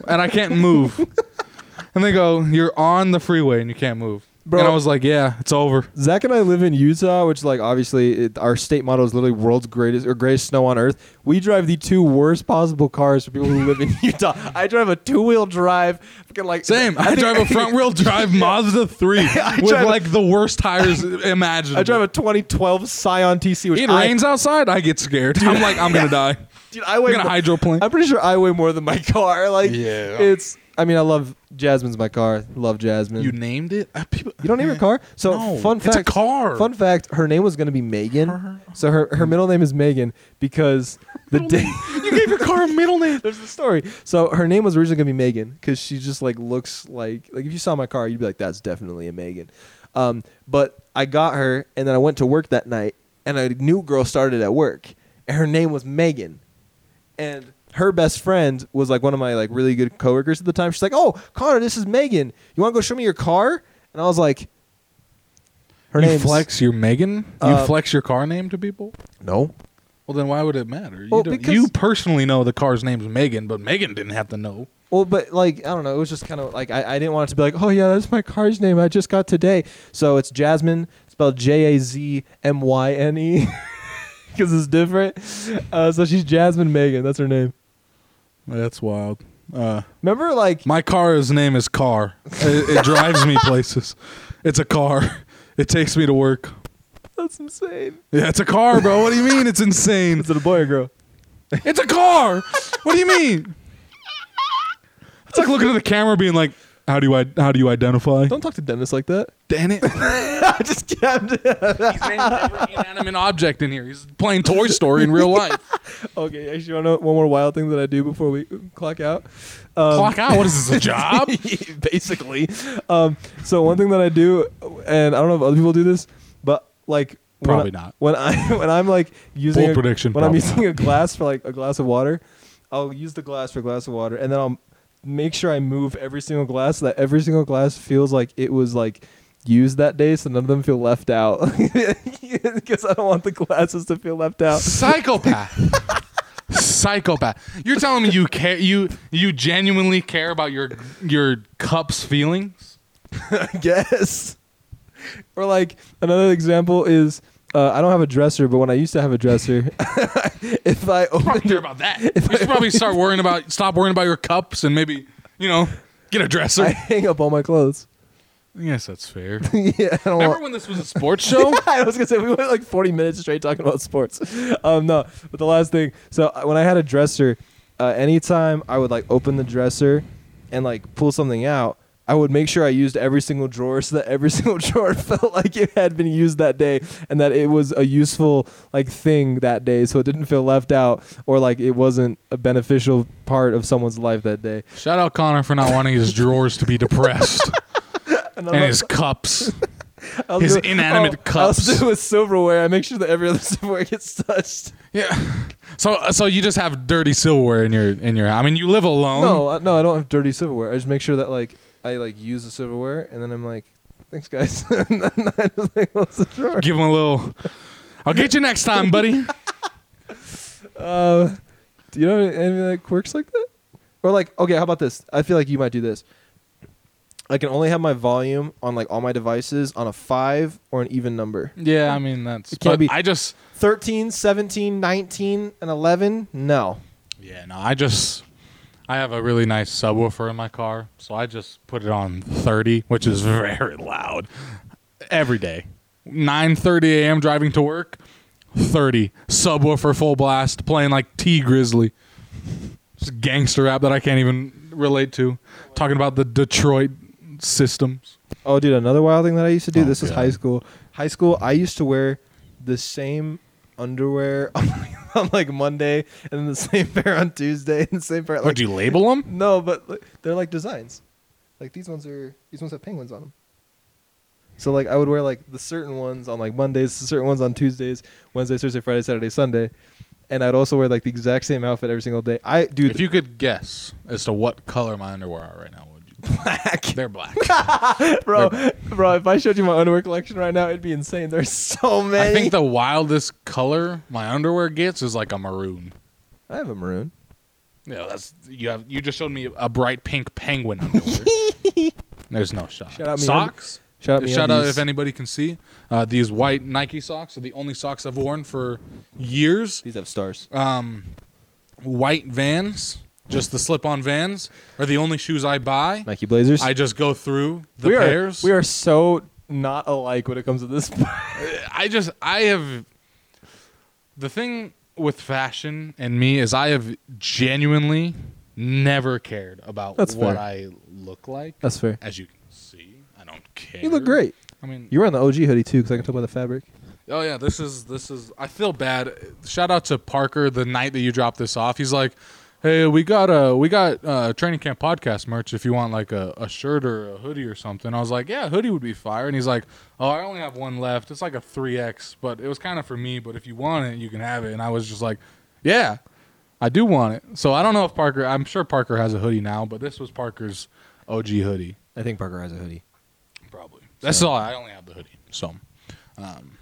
and I can't move." and they go, "You're on the freeway and you can't move." Bro. And I was like, "Yeah, it's over." Zach and I live in Utah, which like obviously it, our state model is literally world's greatest or greatest snow on earth. We drive the two worst possible cars for people who live in Utah. I drive a two wheel drive, fucking like Same. I drive a front wheel drive Mazda 3 with drive a- like the worst tires imaginable. I drive a 2012 Scion TC. Which It I, rains outside, I get scared. I'm like, I'm going to die. Dude, I weigh I'm gonna more- hydroplane. I'm pretty sure I weigh more than my car. Like, Yeah. it's. I mean, I love Jasmine's my car. Love Jasmine. You named it? Uh, people- You don't name your car. So No, fun it's a fact. car. Fun fact. Her name was gonna be Megan. So her her middle name is Megan because the day You gave your car a middle name. there's the story. So her name was originally gonna be Megan because she just like looks like like if you saw my car you'd be like that's definitely a Megan. Um, but I got her and then I went to work that night and a new girl started at work and her name was Megan and her best friend was like one of my like really good coworkers at the time. She's like, "Oh, Connor, this is Megan. You want to go show me your car?" And I was like, "Her you name's flex your Megan? Uh, you flex your car name to people? no." Well, then why would it matter? You, Well, don't- because- you personally know the car's name's Megan, but Megan didn't have to know. Well, but like I don't know, it was just kind of like I, I didn't want it to be like, "Oh yeah, that's my car's name I just got today." So it's Jasmine, spelled J A Z M Y N E, because it's different. Uh, so she's Jasmine Megan. That's her name. That's wild. Uh, Remember, like My car's name is Car. It, it drives me places. It's a car. It takes me to work. that's insane. Yeah, it's a car, bro. What do you mean? It's insane. Is it a boy or girl? It's a car. What do you mean? It's like looking at the camera, being like, "How do you i- how do you identify?" Don't talk to Dennis like that. damn it. I just can't. He's named every inanimate object in here. He's playing Toy Story in real life. Okay, actually, you want to know one more wild thing that I do before we clock out? Um, Clock out. What is this a job? basically. Um, so one thing that I do, and I don't know if other people do this, but like when Probably I- not. When I when I'm like using Bold a, prediction, when I'm probably using a glass for like a glass of water, I'll use the glass for a glass of water, and then I'll make sure I move every single glass so that every single glass feels like it was like used that day, so none of them feel left out because I don't want the glasses to feel left out. Psychopath. Psychopath. You're telling me you care you you genuinely care about your your cup's feelings? guess. Or like another example is uh, I don't have a dresser, but when I used to have a dresser, if I Probably opened care about that. You should probably start worrying about stop worrying about your cups and maybe, you know, get a dresser. I hang up all my clothes. yes, that's fair. yeah, I don't Remember want- when this was a sports show? I was gonna say we went like 40 minutes straight talking about sports. Um, no, but the last thing. So uh, when I had a dresser, uh, anytime I would like open the dresser and like pull something out, I would make sure I used every single drawer so that every single drawer felt like it had been used that day and that it was a useful like thing that day, so it didn't feel left out or like it wasn't a beneficial part of someone's life that day. Shout out Connor for not wanting his drawers to be depressed And I'm and not- his cups. I'll his do it- inanimate oh, I'll cups. do it with silverware. I make sure that every other silverware gets touched. Yeah. So so you just have dirty silverware in your in your I mean you live alone. No, I, no, I don't have dirty silverware. I just make sure that like I like use the silverware, and then I'm like, thanks guys. and then I just like close the drawer. Give him a little I'll get you next time, buddy. Uh, do you know any, any like quirks like that? Or like, okay, how about this? I feel like you might do this. I can only have my volume on like all my devices on a five or an even number. Yeah, I mean that's. It can't but be- I just. 13, 17, 19, and 11? No. Yeah, no, I just. I have a really nice subwoofer in my car, so I just put it on 30, which is very loud, every day. 9:30 a.m. driving to work, 30 subwoofer full blast, playing like T Grizzly, just gangster rap that I can't even relate to. Talking about the Detroit systems. Oh, dude, another wild thing that I used to do. this is Oh, God. high school. High school, I used to wear the same underwear on, like Monday, and then the same pair on Tuesday, and the same pair. Like, Would you label them? no, but like, they're like designs. Like these ones are. These ones have penguins on them. So like I would wear like the certain ones on like Mondays, the certain ones on Tuesdays, Wednesday, Thursday, Friday, Saturday, Sunday, and I'd also wear like the exact same outfit every single day. I dude, If you could guess as to what color my underwear are right now, would you? Black. They're black. bro, bro, if I showed you my underwear collection right now, it'd be insane. There's so many. I think the wildest color my underwear gets is like a maroon. I have a maroon. Yeah, that's you have. You just showed me a bright pink penguin underwear. There's no shot. Shout out me socks. Shout out, Shout out MeUndies. if anybody can see. Uh, these white Nike socks are the only socks I've worn for years. These have stars. Uh, White Vans, just the slip-on Vans, are the only shoes I buy. Nike Blazers. I just go through the we are pairs. we are so not alike when it comes to this. I just I have the thing with fashion and me is I have genuinely never cared about That's what fair. I look like. That's fair. As you can see, I don't care. You look great. I mean, You're wearing the OG hoodie too, because I can tell by the fabric. oh yeah, this is this is. I feel bad. Shout out to Parker the night that you dropped this off. He's like, hey, we got a we got uh training camp podcast merch. If you want like a, a shirt or a hoodie or something, I was like, yeah, hoodie would be fire. And he's like, oh, I only have one left. It's like a three X, but it was kind of for me. But if you want it, you can have it. And I was just like, yeah. I do want it. So I don't know if Parker, I'm sure Parker has a hoodie now, but this was Parker's OG hoodie. I think Parker has a hoodie. Probably. That's all. I only have the hoodie. So, um,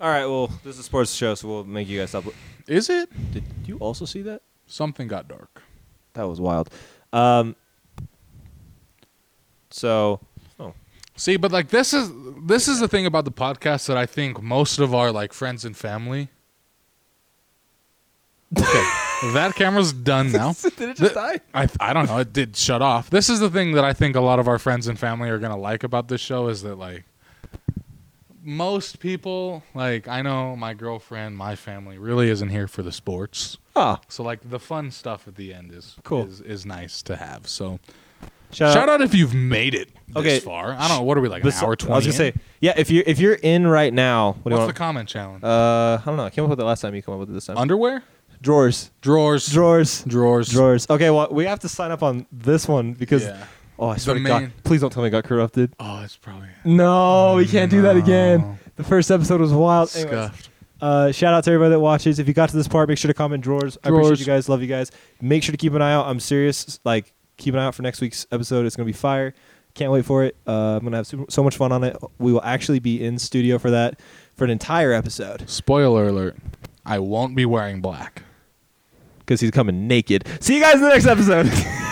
All right. Well, this is a sports show, so we'll make you guys stop. is it Did you also see that? something got dark? That was wild. Um. So, oh, See, but like this is this is the thing about the podcast that I think most of our like friends and family. Okay, that camera's done now. Did it just The- die? I I don't know. It did shut off. This is the thing that I think a lot of our friends and family are gonna like about this show is that like most people like I know my girlfriend, my family really isn't here for the sports. Ah, So like the fun stuff at the end is Cool. is, is nice to have. So shout, shout out if you've made it this Uh, Okay. far. I don't know what are we like an Bes- hour twenty. I was gonna in? say, yeah. If you're if you're in right now, what do you what's want? the comment challenge? Uh, I don't know. I came up with it last time. You come up with it this time. Underwear, drawers, drawers, drawers, drawers. drawers. Okay, well we have to sign up on this one because. Yeah. Oh, I swear to main- God! Please don't tell me it got corrupted. Oh, it's probably No, we can't do that again. The first episode was wild. Anyways, scuffed. uh, shout out to everybody that watches. If you got to this part, make sure to comment drawers. I appreciate Drawers. you guys. Love you guys. Make sure to keep an eye out. I'm serious. Like keep an eye out for next week's episode. It's gonna be fire. Can't wait for it. Uh, I'm gonna have super, so much fun on it. We will actually be in studio for that for an entire episode Spoiler alert: I won't be wearing black. because he's coming naked. See you guys in the next episode.